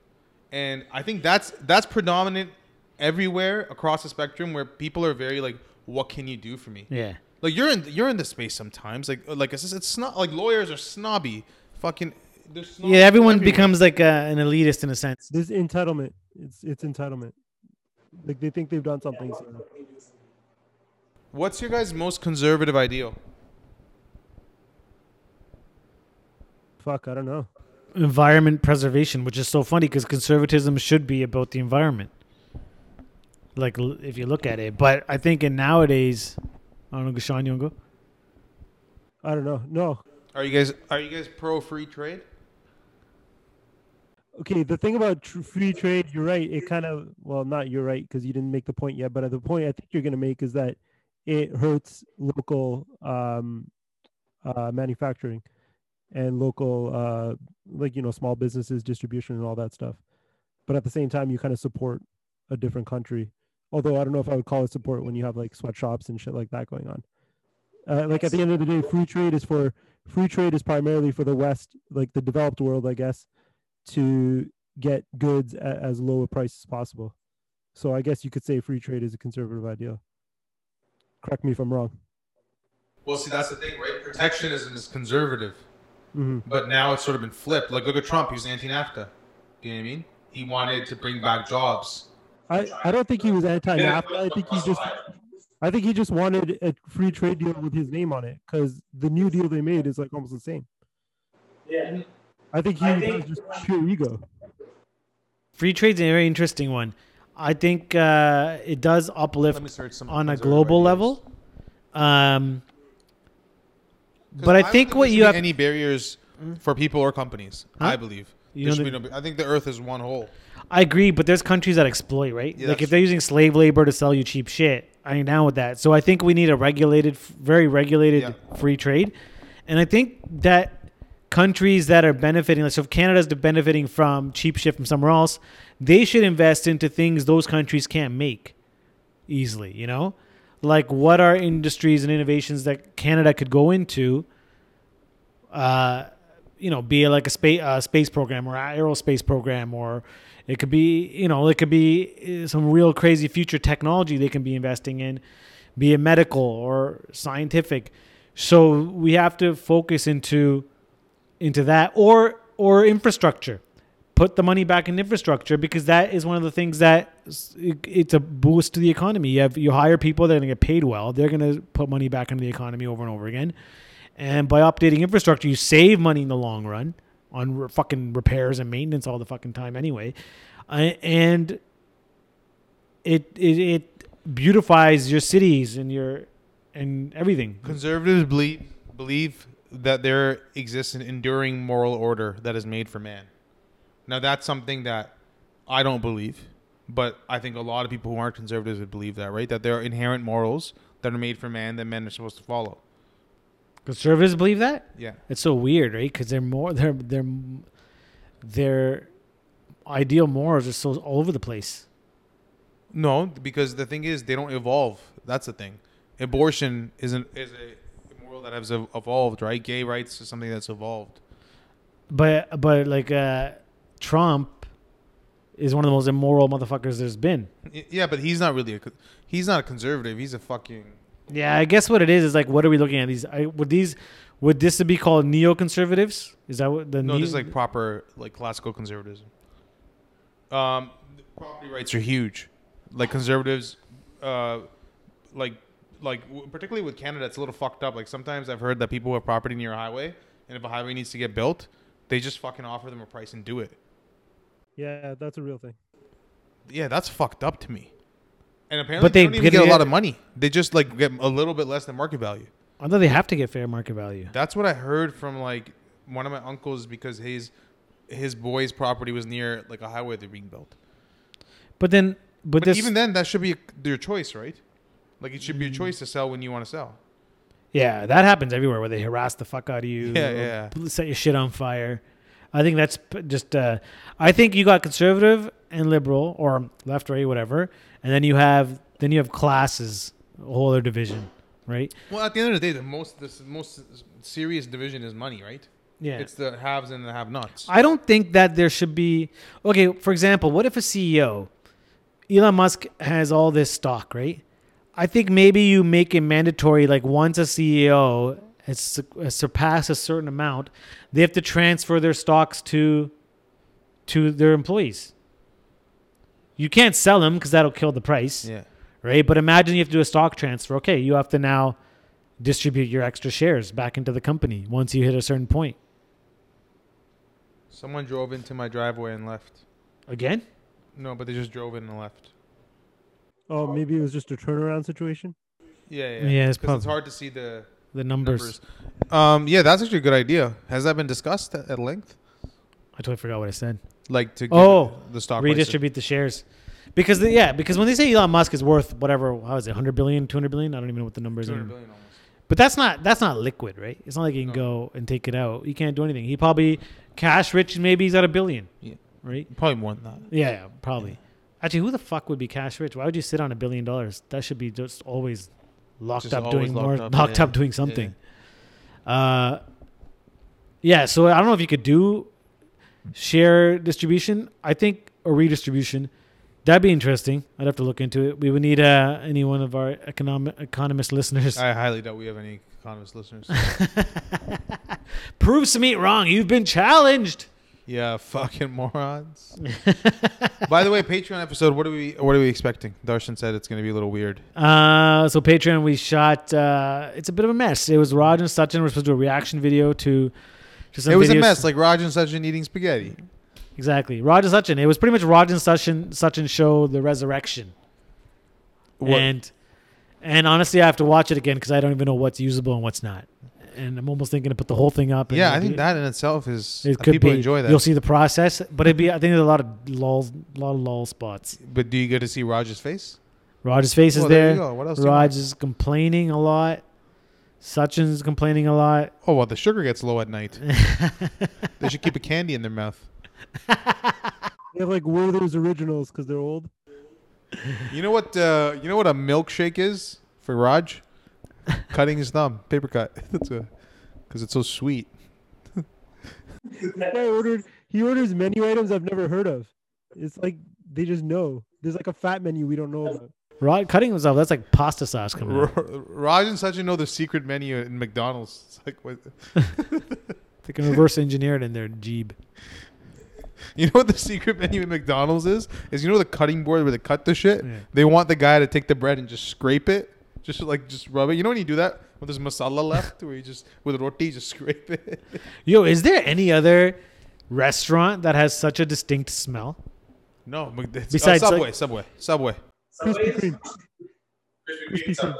B: And I think that's that's predominant everywhere across the spectrum where people are very like, what can you do for me?
A: Yeah.
B: Like you're in you're in the space sometimes. Like uh, like it's, it's not like lawyers are snobby. Fucking they're snobby
A: Yeah, everyone
B: everywhere.
A: becomes like uh, an elitist in a sense.
C: This entitlement, it's it's entitlement. Like they think they've done something. so.
B: What's your guys' most conservative ideal?
C: Fuck, I don't know.
A: Environment preservation, which is so funny because conservatism should be about the environment. Like l- if you look at it, but I think in nowadays, I don't know, Gashan, you wanna go?
C: I don't know. No.
B: Are you guys are you guys pro free trade?
C: Okay, the thing about tr- free trade, you're right. It kind of, well, not you're right because you didn't make the point yet, but the point I think you're going to make is that it hurts local um, uh, manufacturing and local, uh, like, you know, small businesses, distribution, and all that stuff. But at the same time, you kind of support a different country. Although I don't know if I would call it support when you have like sweatshops and shit like that going on. Uh, like at the end of the day, free trade is for free trade is primarily for the West, like the developed world, I guess, to get goods at as low a price as possible. So I guess you could say free trade is a conservative ideal. Correct me if I'm wrong.
B: Well, see, that's the thing, right? Protectionism is conservative.
C: hmm
B: But now it's sort of been flipped. Like, look at Trump. He was anti-NAFTA. Do you know what I mean? He wanted to bring back jobs.
C: I, I don't think he was anti-NAFTA. I think he just I think he just wanted a free trade deal with his name on it because the new deal they made is like almost the same.
D: Yeah.
C: I think he
D: I
C: was
D: think-
C: just pure ego.
A: Free trade's a very interesting one. I think uh, it does uplift
B: Let me search some
A: on a
B: other
A: global
B: ideas.
A: level. Um,
B: 'Cause
A: but I
B: don't
A: think
B: there
A: what
B: should
A: you
B: be
A: have-
B: any barriers for people or companies.
A: Huh?
B: I believe.
A: You
B: There
A: don't
B: should be
A: think-
B: no- I think the Earth is one whole.
A: I agree, but there's countries that exploit, right?
B: Yeah,
A: like
B: that's
A: if they're using slave labor to sell you cheap shit, I ain't down with that. So I think we need a regulated, very regulated
B: Yeah.
A: free trade, and I think that countries that are benefiting, like so, if Canada's benefiting from cheap shit from somewhere else, they should invest into things those countries can't make easily. You know, like what are industries and innovations that Canada could go into? Uh, you know, be it like a space uh, space program or a aerospace program, or it could be you know it could be uh, some real crazy future technology they can be investing in, be it medical or scientific. So we have to focus into into that or or infrastructure. Put the money back in infrastructure because that is one of the things that s- it- it's a boost to the economy. You have you hire people they're going to get paid well. They're going to put money back into the economy over and over again. And by updating infrastructure, you save money in the long run on re- fucking repairs and maintenance all the fucking time anyway. Uh, and it, it it beautifies your cities and your and everything.
B: Conservatives believe believe that there exists an enduring moral order that is made for man. Now that's something that I don't believe, but I think a lot of people who aren't conservatives would believe that, right? That there are inherent morals that are made for man that men are supposed to follow.
A: Conservatives believe that.
B: Yeah.
A: It's so weird, right? Because they're more their their their ideal morals are so all over the place.
B: No, because the thing is, they don't evolve. That's the thing. Abortion is an is a moral that has ev- evolved, right? Gay rights is something that's evolved.
A: But but like uh, Trump is one of the most immoral motherfuckers there's been.
B: Y- Yeah, but he's not really a co- he's not a conservative. He's a fucking
A: Yeah, I guess what it is is like, what are we looking at? These I, would these would this be called neoconservatives? Is that what the
B: no.
A: neo-
B: This is like proper like classical conservatism. Um, property rights are huge. Like conservatives, uh, like like w- particularly with Canada, it's a little fucked up. Like sometimes I've heard that people who have property near a highway, and if a highway needs to get built, they just fucking offer them a price and do it.
C: Yeah, that's a real thing.
B: yeah, that's fucked up to me. And apparently,
A: But
B: they,
A: they
B: don't even
A: get
B: get a
A: it-
B: lot of money. They just like get a little bit less than market value.
A: I thought they have to get fair market value.
B: That's what I heard from like one of my uncles because his his boy's property was near like a highway they're being built.
A: But then, but,
B: But,
A: this,
B: even then, that should be your choice, right? Like it should be a choice to sell when you want to sell.
A: yeah, that happens everywhere where they harass the fuck out of you.
B: Yeah,
A: or
B: yeah.
A: bl- Set your shit on fire. I think that's p- just. Uh, I think you got conservative and liberal or left, right, whatever, and then you have then you have classes, a whole other division, right?
B: Well, at the end of the day, the most this most serious division is money, right?
A: Yeah,
B: It's the haves and the have-nots.
A: I don't think that there should be okay. For example, what if a CEO, Elon Musk has all this stock, right? I think maybe you make it mandatory, like once a CEO has, su- has surpassed a certain amount, they have to transfer their stocks to to their employees. You can't sell them because that'll kill the price
B: yeah.
A: right? But imagine you have to do a stock transfer. Okay, you have to now distribute your extra shares back into the company once you hit a certain point.
B: Someone drove into my driveway and left.
A: Again,
B: No, but they just drove in and left.
C: Oh, maybe it was just a turnaround situation.
B: Yeah,
A: Yeah,
B: yeah.
A: it's
B: 'Cause it's
A: probably-
B: hard to see the
A: the numbers.
B: numbers. Um, yeah, that's actually a good idea. Has that been discussed at, at length?
A: I totally forgot what I said.
B: Like to give
A: Oh,
B: the stock price-
A: Redistribute the shares. Because the, yeah, because when they say Elon Musk is worth whatever, how is it, 100 billion, 200 billion? I don't even know what the numbers
B: 200
A: are.
B: billion almost.
A: But that's not that's not liquid, right? It's not like you can go and take it out. You can't do anything. He probably cash rich, maybe he's at a billion,
B: Yeah.
A: right?
B: Probably more than that.
A: Yeah, yeah, probably. Actually, who the fuck would be cash rich? Why would you sit on a billion dollars? That should be just always locked
B: Just
A: up
B: always
A: doing
B: locked
A: more,
B: up,
A: locked
B: yeah.
A: up doing something. Uh, yeah. So I don't know if you could do share distribution. I think a redistribution. That'd be interesting. I'd have to look into it. We would need uh, any one of our economic economist listeners.
B: I highly doubt we have any economist listeners.
A: proves to me wrong. You've been challenged.
B: Yeah, fucking morons. By the way, Patreon episode. What are we? What are we expecting? Darshan said it's going to be a little weird.
A: Uh, so Patreon, we shot. Uh, it's a bit of a mess. It was Raj and Sachin were supposed to do a reaction video to. to some
B: it was a
A: videos-
B: mess, like Raj and Sachin eating spaghetti.
A: Exactly, Raj and Sachin. It was pretty much Raj and Sachin. Sachin show the resurrection,
B: What-
A: and and honestly, I have to watch it again because I don't even know what's usable and what's not. And I'm almost thinking to put the whole thing up. and
B: yeah, I
A: maybe
B: think
A: it-
B: that in itself is
A: it
B: uh,
A: could
B: people
A: be.
B: enjoy that.
A: You'll see the process, but it'd be. I think there's a lot of lulls, lot of lull spots.
B: But do you get to see Raj's face?
A: Raj's face is
B: Well,
A: there.
B: there you go. What else do you
A: Raj
B: want?
A: is complaining a lot. Sachin's complaining a lot.
B: Oh well, the sugar gets low at night. they should keep a candy in their mouth.
C: They have like Werther's originals because they're old.
B: You know what? Uh, you know what a milkshake is for Raj? Cutting his thumb, paper cut. That's a because it's so sweet.
C: This guy ordered. He orders menu items I've never heard of. It's like they just know. There's like a fat menu we don't know about.
A: Rod cutting himself. That's like pasta sauce coming
B: R-
A: out.
B: Raj and Sachin know the secret menu in McDonald's. It's like, what?
A: They can reverse engineer it in their jeeb.
B: you know what the secret menu at McDonald's is? Is you know the cutting board where they cut the shit?
A: Yeah.
B: They want the guy to take the bread and just scrape it, just like just rub it. You know when you do that when there's masala left, where you just with roti just scrape it.
A: Yo, is there any other restaurant that has such a distinct smell?
B: no, Mc- it's,
A: Besides,
B: oh, Subway,
A: like-
B: Subway, Subway.
C: Krispy Kreme.
B: Krispy Kreme.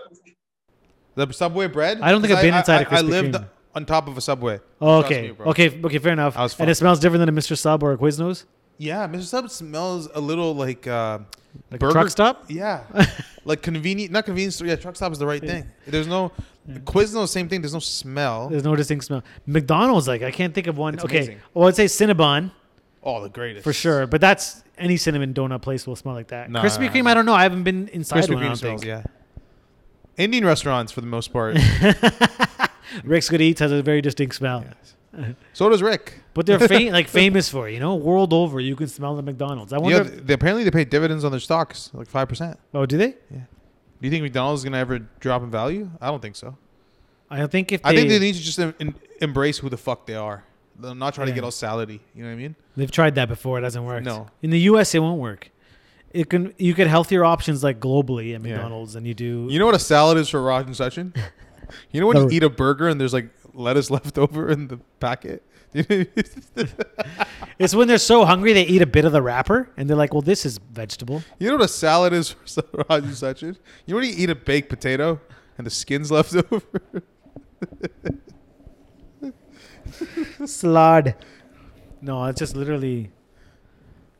B: The Subway bread.
A: I don't think I've
B: 'Cause
A: been inside a
B: I, I
A: Krispy
B: lived
A: Kreme.
B: on top of a Subway.
A: Oh,
B: Trust
A: okay,
B: me, bro.
A: okay, okay, fair enough.
B: That was
A: And
B: fun.
A: it smells different than a Mr. Sub or a Quiznos.
B: Yeah, Mr. Sub smells a little like uh,
A: Like a truck stop?
B: Yeah, like convenient, not convenience store. Yeah, truck stop is the right thing. There's no Quiznos, same thing. There's no smell.
A: There's no distinct smell. McDonald's, like I can't think of one.
B: It's
A: okay,
B: amazing.
A: well, I'd say Cinnabon
B: oh, the greatest
A: for sure, but that's any cinnamon donut place will smell like that.
B: No,
A: Krispy
B: no, no,
A: Kreme,
B: no.
A: I don't know. I haven't been inside
B: Krispy
A: one. I
B: Kreme
A: don't
B: smells.
A: think.
B: Yeah, Indian restaurants for the most part.
A: Rick's Good Eats has a very distinct smell.
B: Yes. So does Rick.
A: But they're fam- like famous for, it, you know, world over, you can smell the McDonald's. I
B: Yeah,
A: wonder.
B: they, apparently they pay dividends on their stocks, like five percent.
A: oh, do they?
B: Yeah. Do you think McDonald's is gonna ever drop in value? I don't think so.
A: I think if they,
B: I think they need to just em- em- embrace who the fuck they are. They're not trying
A: Yeah.
B: to get all salady. You know what I mean?
A: have tried that before, it doesn't work.
B: No.
A: in the U.S. it won't work. It can you get healthier options like globally at
B: Yeah.
A: McDonald's than you do.
B: You know what a salad is for Raj and Sachin? You know when
A: No.
B: you eat a burger and there's like lettuce left over in the packet?
A: it's when they're so hungry they eat a bit of the wrapper and they're like, "Well, this is vegetable."
B: You know what a salad is for Raj and Sachin? You know when you eat a baked potato and the skin's left over?
A: Slod. No, it's just literally.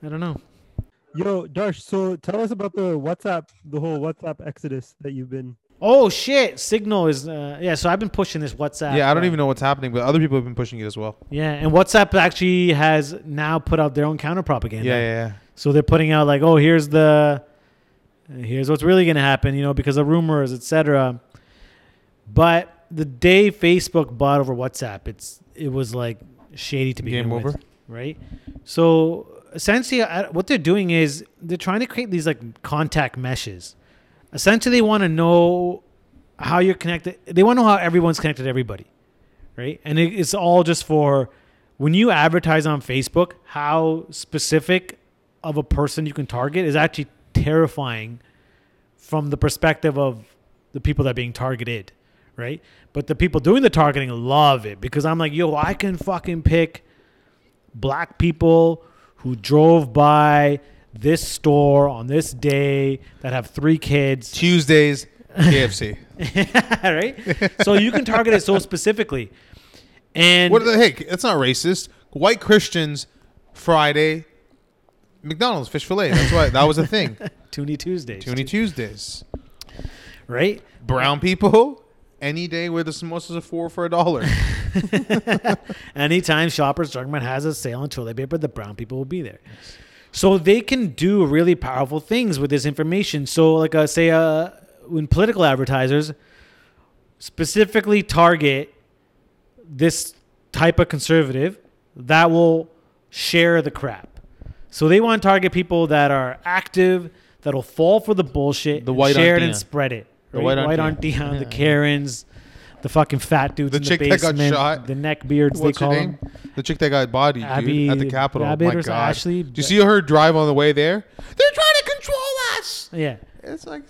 A: I don't know.
C: Yo, Darsh. So tell us about the WhatsApp, the whole WhatsApp exodus that you've been.
A: Oh shit! Signal is uh, yeah. So I've been pushing this WhatsApp.
B: yeah, I don't
A: uh,
B: even know what's happening, but other people have been pushing it as well.
A: Yeah, and WhatsApp actually has now put out their own counter
B: Yeah,
A: propaganda.
B: yeah, yeah.
A: So they're putting out like, oh, here's the, here's what's really gonna happen, you know, because of rumors, etc. But the day Facebook bought over WhatsApp, it's it was like shady to begin
B: Game
A: with,
B: over.
A: right? So essentially, I- what they're doing is they're trying to create these like contact meshes. Essentially, they want to know how you're connected. They want to know how everyone's connected to everybody, right? And it, it's all just for when you advertise on Facebook, how specific of a person you can target is actually terrifying from the perspective of the people that are being targeted, right? But the people doing the targeting love it because I'm like, yo, I can fucking pick black people who drove by this store on this day that have three kids
B: Tuesdays, KFC.
A: right? So you can target it so specifically. And
B: what the heck? That's not racist. White Christians, Friday, McDonald's, fish fillet. That's why that was a thing.
A: Toonie Tuesdays,
B: Too many Tuesdays.
A: right?
B: Brown people, any day where the samosas are four for a dollar.
A: Anytime Shoppers Drug Mart has a sale on toilet paper, the brown people will be there. So they can do really powerful things with this information. So, like, uh, say, uh, when political advertisers specifically target this type of conservative, that will share the crap. So they want to target people that are active, that'll fall for the bullshit,
B: The
A: and
B: white
A: share
B: Aunt
A: it and
B: Tia.
A: spread it.
B: The white Aunt
A: Aunt
B: Tia.
A: Tia, the Karens, the fucking fat dudes
B: The
A: in
B: chick
A: the
B: that got
A: basement,
B: shot.
A: the neck beards they
B: What's her
A: call
B: name?
A: them.
B: The chick that got bodied,
A: Abby
B: dude, at the Capitol.
A: Rabbit
B: My
A: or
B: God.
A: something, Ashley-
B: Do you see her drive on the way there? They're trying to control us.
A: Yeah,
B: It's like,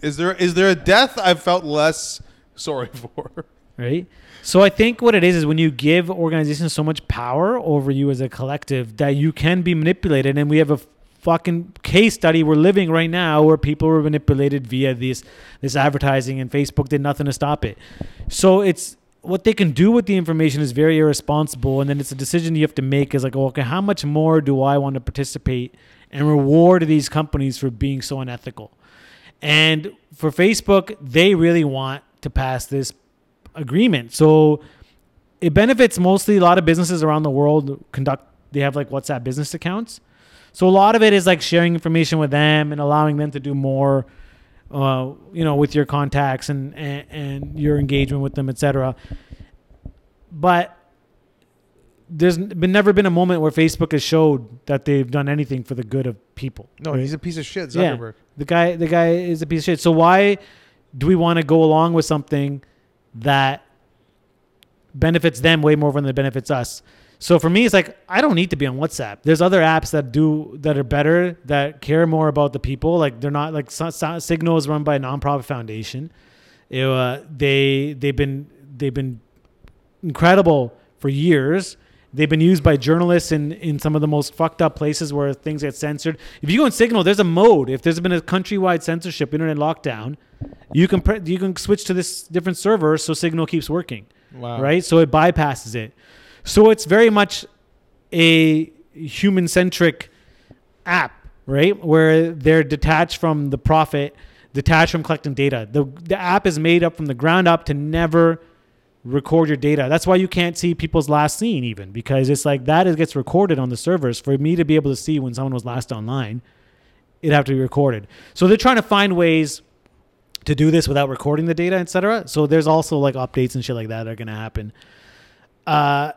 B: is there is there a death I felt less sorry for?
A: right. So I think what it is is when you give organizations so much power over you as a collective that you can be manipulated, and we have a fucking case study we're living right now where people were manipulated via this this advertising, and Facebook did nothing to stop it. So it's what they can do with the information is very irresponsible, and then it's a decision you have to make. Is like, oh, okay, how much more do I want to participate and reward these companies for being so unethical? And for Facebook, they really want to pass this agreement. So it benefits mostly a lot of businesses around the world conduct they have like WhatsApp business accounts. So a lot of it is like sharing information with them and allowing them to do more uh, you know with your contacts and, and and your engagement with them, etc. But there's been never been a moment where Facebook has showed that they've done anything for the good of people.
B: No, he's a piece of shit,
A: Yeah.
B: Zuckerberg.
A: The guy, the guy is a piece of shit. So why do we want to go along with something that benefits them way more than it benefits us? So for me, it's like I don't need to be on WhatsApp. There's other apps that do that are better that care more about the people. Like they're not like Sa- Sa- Signal is run by a nonprofit foundation. It, uh, they they've been they've been incredible for years. They've been used by journalists in, in some of the most fucked up places where things get censored. If you go in Signal, there's a mode. If there's been a countrywide censorship, internet lockdown, you can pre- you can switch to this different server so Signal keeps working,
B: Wow.
A: right? So it bypasses it. So it's very much a human centric app, right? Where they're detached from the profit, detached from collecting data. The, the app is made up from the ground up to never record your data. That's why you can't see people's last seen even because it's like that is gets recorded on the servers. For me to be able to see when someone was last online, it'd have to be recorded. So they're trying to find ways to do this without recording the data, etc. So there's also like updates and shit like that that are gonna happen. Uh,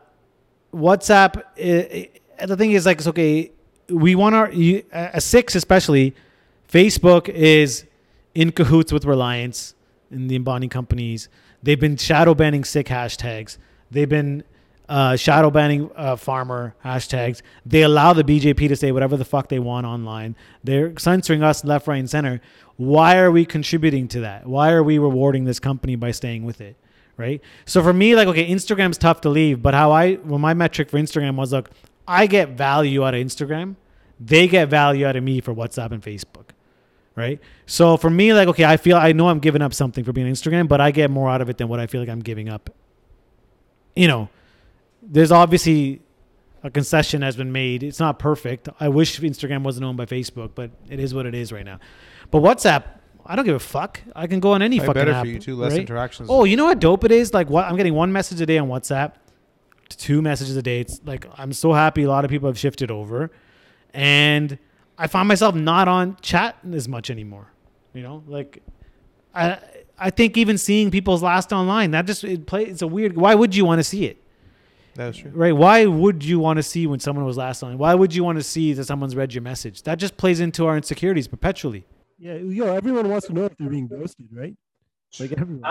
A: WhatsApp. i i the thing is, like, it's okay. We want our you, a a six, especially. Facebook is in cahoots with Reliance and the embodying companies. They've been shadow banning sick hashtags. They've been uh, shadow banning uh, farmer hashtags. They allow the BJP to say whatever the fuck they want online. They're censoring us left, right, and center. Why are we contributing to that? Why are we rewarding this company by staying with it? right? So for me, like, okay, Instagram's tough to leave, but how I, well, my metric for Instagram was like, I get value out of Instagram. They get value out of me for WhatsApp and Facebook, right? So for me, like, okay, I feel, I know I'm giving up something for being on Instagram, but I get more out of it than what I feel like I'm giving up. You know, there's obviously a concession has been made. It's not perfect. I wish Instagram wasn't owned by Facebook, but it is what it is right now. But WhatsApp, I don't give a fuck. I can go on any
B: Probably
A: fucking
B: better
A: app,
B: for you too. Less
A: right?
B: interactions.
A: Oh, you know what dope it is? Like what I'm getting one message a day on WhatsApp, two messages a day. It's like I'm so happy a lot of people have shifted over. And I find myself not on chat as much anymore. You know, like I I think even seeing people's last online, that just it play it's a weird why would you want to see it?
B: that's true.
A: Right? Why would you want to see when someone was last online? Why would you want to see that someone's read your message? That just plays into our insecurities perpetually.
C: Yeah, yo, everyone wants to know if they're being ghosted, right? Like everyone,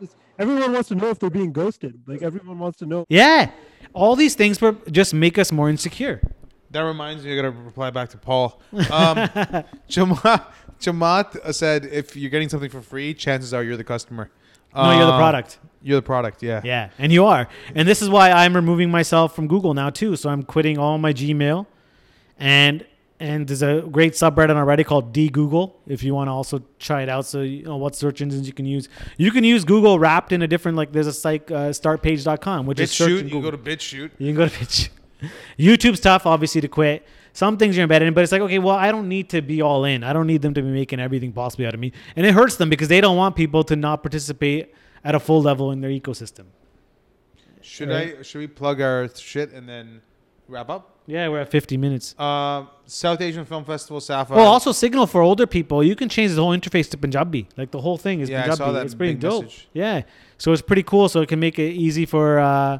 C: Just- everyone wants to know if they're being ghosted. Like everyone wants to know.
A: Yeah. All these things were just make us more insecure.
B: That reminds me, I gotta reply back to Paul. Um, Jama Jamat said, if you're getting something for free, chances are you're the customer.
A: No, you're the
B: Uh,
A: product.
B: You're the product. Yeah.
A: Yeah, and you are. And this is why I'm removing myself from Google now too. So I'm quitting all my Gmail. And and there's a great subreddit already called D Google if you want to also try it out. So you know what search engines you can use. You can use Google wrapped in a different like there's a site uh, startpage.com which is search
B: BitChute.
A: in
B: You
A: Google.
B: go to BitChute.
A: You can go to pitch. YouTube's tough, obviously, to quit. Some things you're embedded in, but it's like, okay, well, I don't need to be all in. I don't need them to be making everything possible out of me. And it hurts them because they don't want people to not participate at a full level in their ecosystem.
B: Should
A: Right.
B: I? Should we plug our shit and then wrap up?
A: Yeah, we're at 50 minutes.
B: Uh, South Asian Film Festival, Sapphire.
A: Well, also signal for older people. You can change the whole interface to Punjabi. Like the whole thing is
B: Yeah, I
A: Punjabi.
B: saw that
A: it's pretty
B: big
A: dope.
B: message.
A: Yeah, so it's pretty cool. So it can make it easy for uh,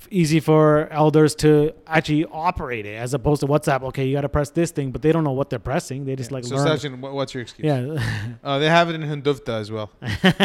A: f- easy for elders to actually operate it as opposed to WhatsApp. Okay, you got to press this thing, but they don't know what they're pressing. They just like
B: so,
A: learn.
B: Sachin, what, what's your excuse?
A: Yeah.
B: Uh, they have it in Hindufta as well.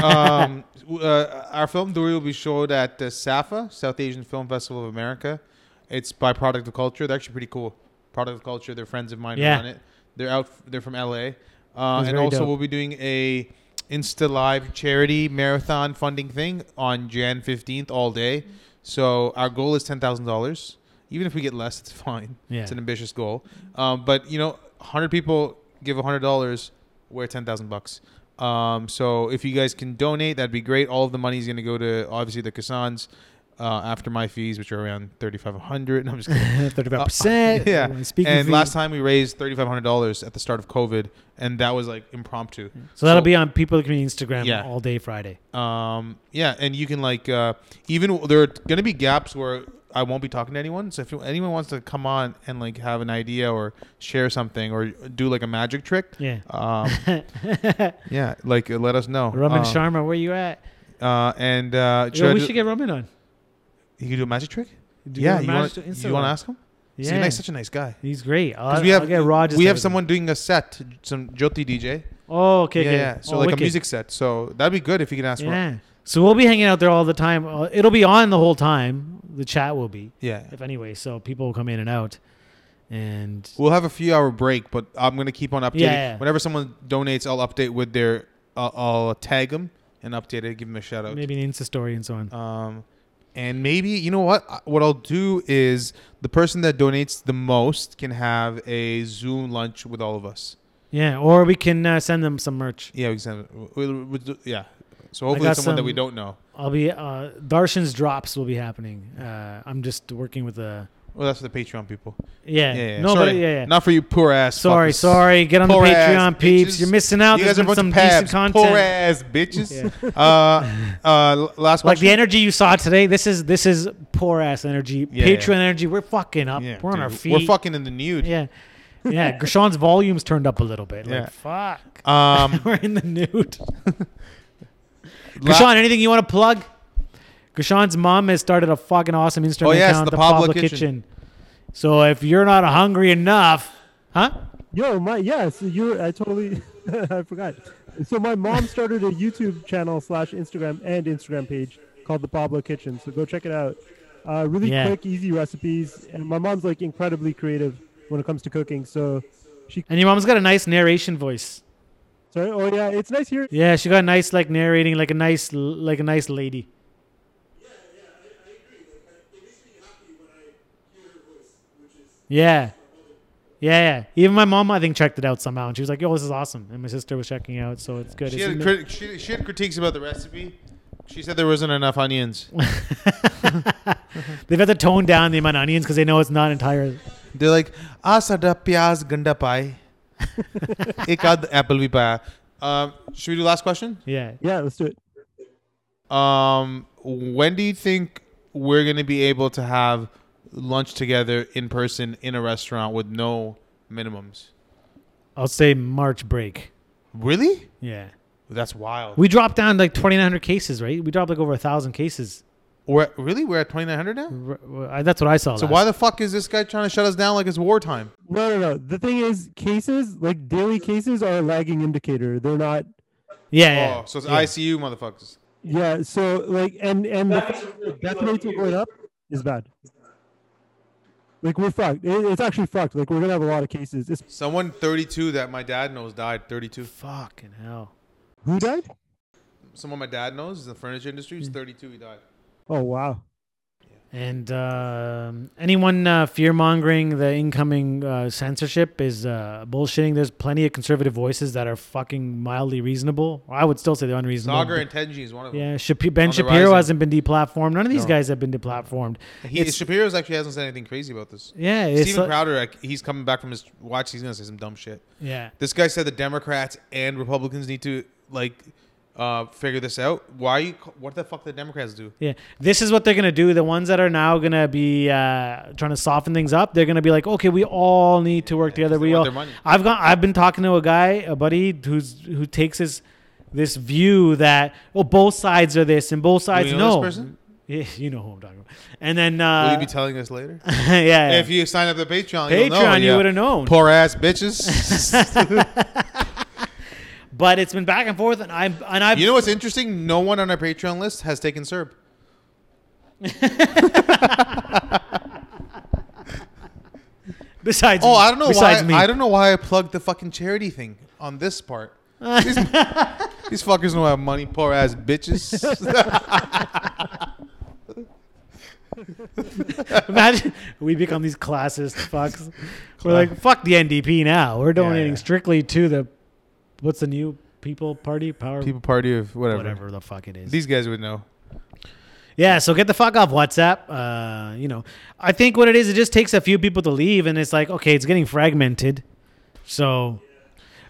B: um, w- uh, our film Duri will be showed at the SAFA, South Asian Film Festival of America. It's by Product of Culture. They're actually pretty cool. Product of Culture. They're friends of mine who
A: Yeah.
B: run it. They're out. They're from LA. Uh,
A: That's
B: and
A: very
B: also,
A: dope.
B: we'll be doing a Insta Live charity marathon funding thing on Jan fifteenth all day. So our goal is ten thousand dollars. Even if we get less, it's fine.
A: Yeah.
B: It's an ambitious goal. Um, but you know, hundred people give hundred dollars, we're ten thousand bucks. Um, so if you guys can donate, that'd be great. All of the money is going to go to obviously the Kassans, uh, after my fees, which are around thirty five hundred. No, I'm just kidding. Uh,
A: Thirty-five percent. uh,
B: yeah.
A: Speaking
B: and
A: fee.
B: last time we raised thirty five hundred dollars at the start of COVID, and that was like impromptu.
A: so that'll be on People Community Instagram
B: Yeah.
A: all day Friday.
B: Um, yeah, and you can like uh, even there are going to be gaps where I won't be talking to anyone. So if you- anyone wants to come on and like have an idea or share something or do like a magic trick,
A: Yeah.
B: um, yeah, like uh, let us know.
A: Roman
B: uh,
A: Sharma, where you at?
B: uh, and uh, should
A: Yo,
B: I
A: we
B: do-
A: should get Roman on.
B: you can do a magic trick.
A: Do
B: yeah,
A: a
B: you
A: match
B: want
A: to
B: you
A: Instagram.
B: want to ask him?
A: Yeah,
B: See, he's such a nice guy.
A: he's great. I'll,
B: Because we have
A: I'll get Rod just
B: we
A: to-
B: have someone doing a set, some Jyoti DJ.
A: Oh, okay,
B: yeah,
A: okay.
B: yeah. So
A: Oh,
B: like
A: wicked.
B: a music set. So that'd be good if you can ask. Rob.
A: Yeah. So we'll be hanging out there all the time. Uh, it'll be on the whole time. The chat will be,
B: yeah.
A: if anyway. So people will come in and out, and
B: We'll have a few hour break, but I'm gonna keep on updating.
A: Yeah, yeah.
B: Whenever someone donates, I'll update with their. I'll I'll tag them and update it. Give them a shout out.
A: maybe an Insta story and so on.
B: Um, and maybe you know what? I- What I'll do is the person that donates the most can have a Zoom lunch with all of us.
A: yeah, or we can uh, send them some merch.
B: Yeah, we can. We'll, we'll do, yeah. So hopefully
A: got
B: it's someone that we
A: some-
B: don't know.
A: I'll be uh, Darshan's drops will be happening. Uh, I'm just working with a
B: Well, that's for the Patreon people.
A: yeah,
B: Yeah. yeah.
A: no,
B: sorry.
A: but yeah, yeah.
B: Not for you poor ass.
A: sorry,
B: fuckers.
A: sorry. Get on the
B: Poor ass
A: Patreon, peeps.
B: bitches.
A: You're missing out.
B: You
A: There's
B: guys are a
A: been
B: bunch
A: some
B: of pabs.
A: decent content.
B: Poor ass bitches. Uh, uh, l- last
A: Like
B: question.
A: the energy you saw today, this is this is poor ass energy.
B: Yeah,
A: Patreon
B: yeah.
A: energy. We're fucking up.
B: Yeah,
A: we're on
B: dude.
A: our feet.
B: We're fucking in the nude.
A: Yeah. Yeah. Gershon's volume's turned up a little bit.
B: Yeah.
A: Like, fuck.
B: Um,
A: We're in the nude.
B: la-
A: Gershon, anything you want to plug? Gershon's mom has started a fucking awesome Instagram
B: Oh, yes,
A: account,
B: the
A: the,
B: Pablo
A: Pablo,
B: Kitchen.
A: Kitchen. So if you're not hungry enough, huh?
C: Yo, my yes, you. I totally, I forgot. So my mom started a YouTube channel slash Instagram and Instagram page called the Pablo Kitchen. So go check it out. Uh, really
A: Yeah.
C: quick, easy recipes, and my mom's like incredibly creative when it comes to cooking. So,
A: And your mom's got a nice narration voice.
C: sorry. Oh yeah, it's nice here.
A: Yeah, she got a nice like narrating, like a nice like a nice lady. Yeah. Yeah, yeah. Even my mom, I think, checked it out somehow, and she was like, "Yo, this is awesome." And my sister was checking it out, so it's good.
B: she,
A: It's in
B: had
A: the-
B: crit- she, she had critiques about the recipe. She said there wasn't enough onions.
A: They've had to tone down the amount of onions because they know it's not entire.
B: They're like, "Ah, sada pyaz ganda pai, ek ad apple bhi paya." Um, should we do last question?
A: Yeah.
C: Yeah, let's do it.
B: Um, when do you think we're gonna be able to have lunch together in person in a restaurant with no minimums?
A: I'll say March break.
B: Really?
A: Yeah.
B: That's wild.
A: We dropped down like 2,900 cases, right? We dropped like over a 1,000 cases.
B: We're really we're at twenty nine hundred now.
A: R- r- I- That's what I saw.
B: So
A: last.
B: why the fuck is this guy trying to shut us down like it's wartime?
C: No, no, no. The thing is, cases like daily cases are a lagging indicator. They're not.
A: Yeah. yeah.
B: Oh, so it's
A: yeah.
B: ICU motherfuckers.
C: Yeah. So like, and and the fact that death rates are going up is bad. Like we're fucked. It, it's actually fucked. Like we're gonna have a lot of cases. It's,
B: Someone 32 that my dad knows died 32.
A: Fucking hell.
C: who died?
B: Someone my dad knows is in the furniture industry. He's 32. He died.
C: Oh wow.
A: And um anyone uh, fear mongering the incoming uh, censorship is uh, bullshitting. There's plenty of conservative voices that are fucking mildly reasonable. I would still say they're unreasonable.
B: Zagar and Tenji is one of them.
A: yeah, Shapi- Ben
B: On the
A: Shapiro
B: rising.
A: hasn't been deplatformed. None of these
B: No.
A: guys have been deplatformed.
B: He,
A: It's-
B: Shapiro's actually hasn't said anything crazy about this.
A: Yeah, it's
B: Steven
A: like-
B: Crowder, like, he's coming back from his watch. He's gonna say some dumb shit.
A: yeah,
B: This guy said the Democrats and Republicans need to like uh, figure this out. Why? Are you, ca- what the fuck did the Democrats do?
A: yeah. This is what they're gonna do. The ones that are now gonna be uh, trying to soften things up, they're gonna be like, okay, we all need to work
B: Yeah, 'cause
A: together.
B: they
A: We
B: want
A: all.
B: their money.
A: I've got. I've been talking to a guy, a buddy, who's who takes his this view that well, "Oh, both sides are this and both sides
B: you know this
A: no.
B: person?
A: Yeah, you know who I'm talking about. And then
B: Will you
A: uh,
B: be telling us later?
A: yeah, yeah.
B: If you sign up to Patreon,
A: Patreon,
B: you'll know,
A: you
B: yeah.
A: would have known.
B: Poor ass bitches.
A: but it's been back and forth, and I and I
B: you know what's interesting? No one on our Patreon list has taken Serb.
A: besides.
B: Oh, I don't know
A: besides
B: why.
A: Me.
B: I don't know why I plugged the fucking charity thing on this part. these, these fuckers don't have money. Poor ass bitches.
A: Imagine we become these classist fucks. We're like, fuck the NDP now. We're donating
B: yeah.
A: strictly to the what's the new people party power
B: People party of whatever.
A: whatever the fuck it is.
B: These guys would know.
A: yeah, so get the fuck off WhatsApp. Uh, you know, I think what it is, it just takes a few people to leave, and it's like, okay, it's getting fragmented. So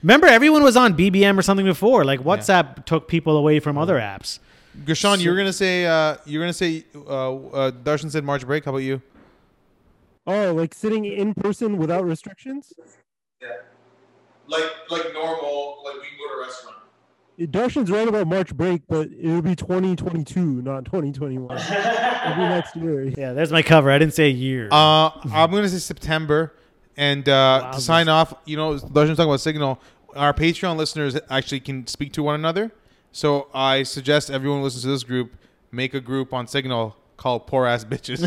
A: remember, everyone was on BBM or something before. Like WhatsApp took people away from other apps.
B: Gershon, you were gonna say uh, you were gonna say uh, uh, Darshan said March break. How about you?
C: Oh, like sitting in person without restrictions?
B: Like like normal. Like we can go to a restaurant.
C: Darshan's right about March break, but it'll be 2022, not 2021. it'll be next year.
A: Yeah, there's my cover. I didn't say year.
B: Uh, I'm gonna say September, and uh,
A: Wow.
B: to sign off, you know, Darshan's talking about Signal. Our Patreon listeners actually can speak to one another, so I suggest everyone who listens to this group make a group on Signal called Poor Ass Bitches,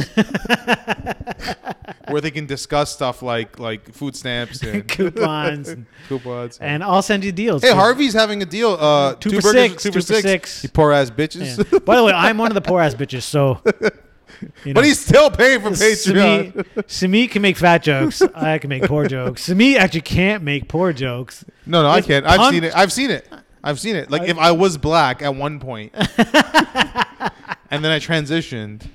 B: where they can discuss stuff like like food stamps and
A: Coupons and-
B: coupons.
A: and I'll send you deals.
B: hey,
A: 'cause-
B: Harvey's having a deal. Uh,
A: Two
B: two,
A: for
B: burgers,
A: six,
B: two, for six. You poor ass bitches.
A: Yeah. By the way, I'm one of the poor ass bitches, so. You know,
B: but he's still paying for Patreon.
A: Sami, Sami can make fat jokes. I can make poor jokes. Sami actually can't make poor jokes.
B: No, no, I
A: It's
B: can't. I've
A: pun-
B: seen it. I've seen it. I've seen it. Like if I was black at one point, and then I transitioned.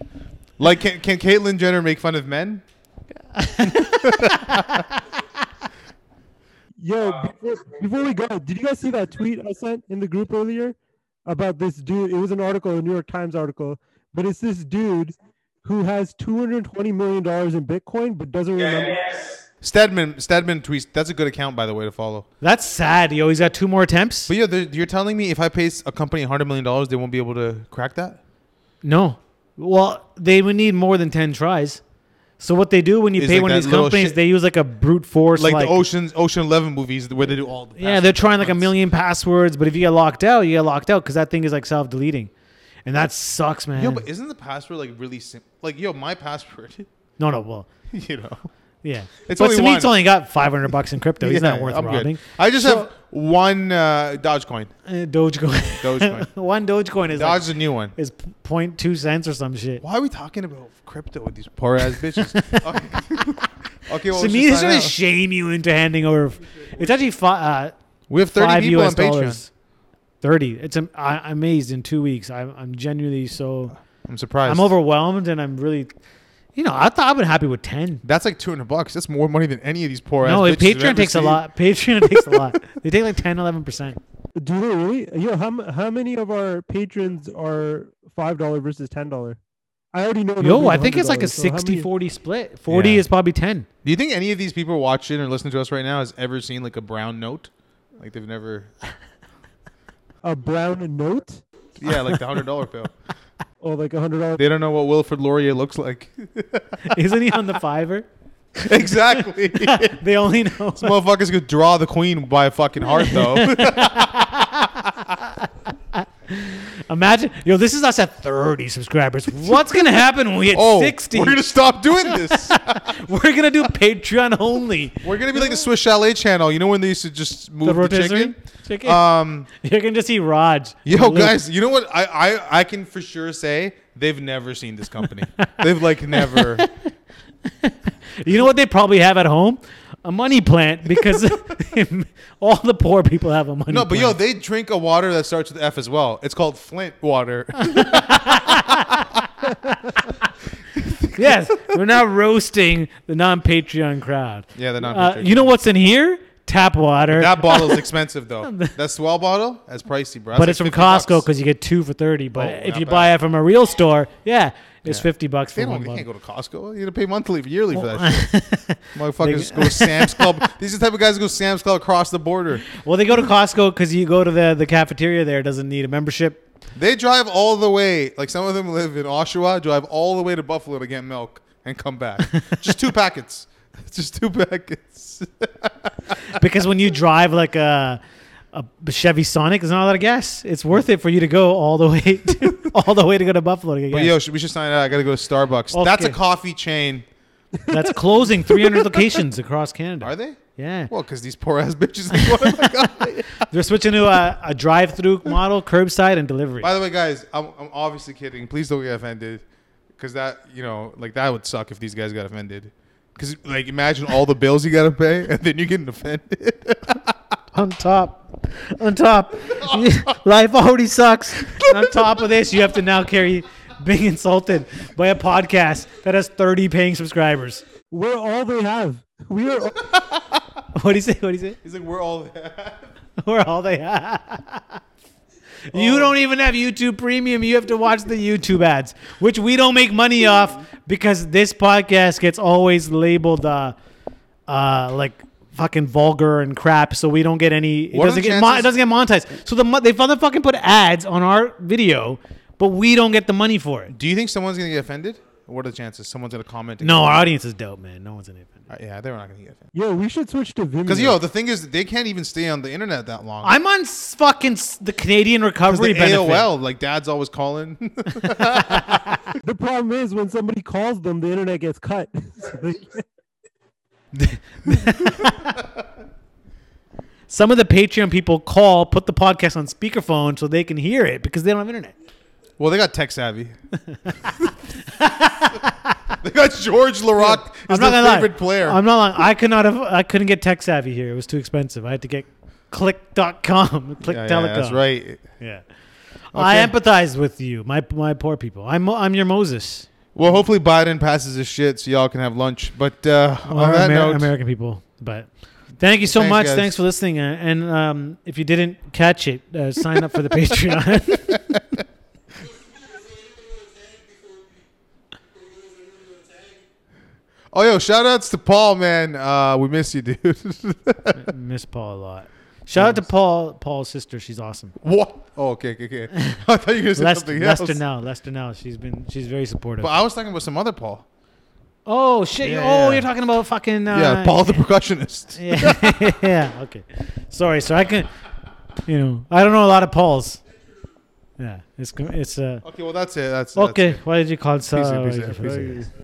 B: Like can can Caitlyn Jenner make fun of men?
C: Yo, before, before we go, did you guys see that tweet I sent in the group earlier about this dude? It was an article, a New York Times article, but it's this dude who has 220 million dollars in Bitcoin but doesn't remember.
B: Stedman Stedman tweets. That's a good account by the way to follow.
A: That's sad, yo. He's got two more attempts.
B: But yeah, they're- you're telling me if I pay a company 100 million dollars, they won't be able to crack that?
A: No. Well, they would need more than ten tries. So what they do when you
B: It's
A: pay
B: like
A: one
B: that
A: of these
B: little
A: companies,
B: shit-
A: they use like a brute force,
B: Like,
A: like,
B: the Ocean's Ocean Eleven movies where they do all. The
A: yeah, they're trying like a million passwords. But if you get locked out, you get locked out because that thing is like self deleting, and that sucks, man.
B: Yo, but isn't the password like really simple? Like yo, my password.
A: no, no, well,
B: You know.
A: yeah.
B: It's
A: but
B: only
A: Samit's
B: one.
A: only got five hundred bucks in crypto. He's not
B: Yeah,
A: worth
B: I'm good.
A: robbing.
B: I just
A: So-
B: have one uh, Dogecoin.
A: Uh, Dogecoin.
B: Dogecoin.
A: One Dogecoin is like,
B: Doge is a new one.
A: is p- point two cents or some shit.
B: Why are we talking about crypto with these poor ass bitches? okay, okay well,
A: So
B: we,
A: me,
B: should
A: this
B: sign
A: really
B: out.
A: shame you into handing over. f- It's actually fi- uh,
B: we have 30
A: five
B: people
A: US
B: on Patreon.
A: dollars. Thirty. It's am- I, I'm amazed in two weeks. I'm I'm genuinely so
B: I'm surprised.
A: I'm overwhelmed and I'm really, you know, I thought I've been happy with ten.
B: That's like 200 bucks. That's more money than any of these poor
A: no,
B: ass
A: if
B: bitches. I've
A: Patreon
B: ever
A: takes a
B: seen.
A: lot. Patreon takes a lot. They take like 10, 11 percent.
C: Do they really? Yo, how m- how many of our patrons are five dollar versus ten dollar? I already know.
A: Yo,
C: nobody
A: I think it's like a
C: $100, so how many-
A: 60-40 split. Forty
B: Yeah.
A: is probably ten.
B: Do you think any of these people watching or listening to us right now has ever seen like a brown note? Like they've never.
C: A brown note
B: Yeah, like the $100 bill.
C: or like a hundred dollar.
B: They don't know what Wilfred Laurier looks like.
A: Isn't he on the fiver?
B: exactly. These
A: They only know.
B: motherfuckers could draw the queen by a fucking heart, though.
A: Imagine, yo, this is us at 30 subscribers. What's gonna happen when we hit
B: Oh,
A: 60?
B: we're going to stop doing this.
A: do Patreon only.
B: We're gonna be like the Swiss Chalet channel. You know when they used to just move
A: The
B: the,
A: rotisserie
B: chicken?
A: chicken.
B: Um,
A: You're gonna just see Raj.
B: yo,
A: Luke.
B: guys, you know what? I, I I can for sure say they've never seen this company. they've like never.
A: You know what they probably have at home? A money plant because all the poor people have a money.
B: No, but yo,
A: plant.
B: they drink a water that starts with F as well. It's called Flint water.
A: yes, we're now roasting the non-Patreon crowd.
B: yeah, they're not.
A: Uh, you know what's in here? Tap water,
B: that bottle's expensive though. That swell bottle, that's pricey, bro.
A: but
B: That's like
A: it's from
B: 50
A: Costco
B: bucks.
A: because you get two for thirty. But
B: Oh,
A: if
B: not
A: you
B: bad.
A: buy it from a real store, yeah, it's
B: Yeah.
A: fifty bucks
B: They
A: for
B: don't.
A: one
B: They can't
A: bottle.
B: go to Costco. You know, pay monthly, yearly for that shit. Motherfuckers go to Sam's Club. These are the type of guys who go to Sam's Club across the border.
A: Well, they go to Costco because you go to the the cafeteria there. Doesn't need a membership.
B: They drive all the way. Like some of them live in Oshawa, drive all the way to Buffalo to get milk and come back. Just two packets. Just two packets.
A: because when you drive like a, a Chevy Sonic, there's not a lot of gas. It's worth it for you to go all the way, to, all the way to go to Buffalo to get
B: But
A: gas.
B: yo, should- we should sign out. I gotta go to Starbucks. That's a
A: Okay.
B: coffee chain.
A: That's closing 300 locations across Canada.
B: Are they?
A: Yeah,
B: Well, because these poor ass bitches. Like, what am I gonna-
A: they're switching to a, a drive-through model, curbside and delivery.
B: By the way, guys, I'm, I'm obviously kidding. Please don't get offended, because that you know, like that would suck if these guys got offended. Because like, imagine all the bills you gotta pay, and then you're getting offended.
A: on top, on top, life already sucks. And on top of this, you have to now carry being insulted by a podcast that has 30 paying subscribers.
C: We're all they have. We are.
A: What do you say? What do you say?
B: He's like, we're all.
A: We're all they You don't even have YouTube Premium. You have to watch the YouTube ads, which we don't make money off because this podcast gets always labeled uh, uh, like fucking vulgar and crap. So we don't get any. It
B: What are
A: doesn't
B: the
A: get, mon- it
B: chances-
A: doesn't get monetized. So the mo- they motherfucking put ads on our video, but we don't get the money for it.
B: Do you think someone's gonna get offended? What are the chances someone's gonna comment?
A: No, our audience is dope, man. No one's in it.
B: Uh, yeah, they're not gonna get offended.
C: Yo, we should switch to Vimeo.
B: Because yo, the thing is, they can't even stay on the internet that long.
A: I'm on s- fucking s- the Canadian
B: 'Cause
A: recovery
B: the
A: benefit.
B: AOL, like dad's always calling.
C: the problem is when somebody calls them, the internet gets cut. So they-
A: Some of the Patreon people call, put the podcast on speakerphone so they can hear it because they don't have internet.
B: well, they got tech savvy. they got George Laroque
A: I'm
B: as
A: not
B: their
A: gonna
B: favorite
A: lie.
B: player.
A: I'm not lying. I could not have. I couldn't get tech savvy here. It was too expensive. I had to get click.com, click
B: yeah,
A: telecom.
B: yeah, that's right.
A: Yeah. I empathize with you, my my poor people. I'm I'm your Moses.
B: Well, hopefully Biden passes his shit so y'all can have lunch. But uh,
A: Well,
B: on that
A: Amer-
B: note,
A: American people. But thank you so
B: Thanks,
A: much.
B: guys.
A: Thanks for listening. Uh, and um, if you didn't catch it, uh, sign up for the Patreon.
B: oh yo, shout outs to Paul, man. Uh, we miss you, dude.
A: Miss Paul a lot. Shout out to Paul, Paul's sister. She's awesome.
B: what? Oh, okay, okay, okay. I thought you were gonna say
A: Lester,
B: something else.
A: Lester now, Lester now. She's been, she's very supportive.
B: But I was talking about some other Paul.
A: oh shit!
B: Yeah,
A: oh,
B: yeah.
A: you're talking about fucking uh,
B: yeah, Paul the percussionist.
A: yeah, yeah. Okay. Sorry, sir. I can, you know, I don't know a lot of Pauls. Yeah, it's it's uh.
B: Okay, well that's it. That's that's
A: Okay, why did you call it?
B: it,
A: Uh,
B: peace it, peace it.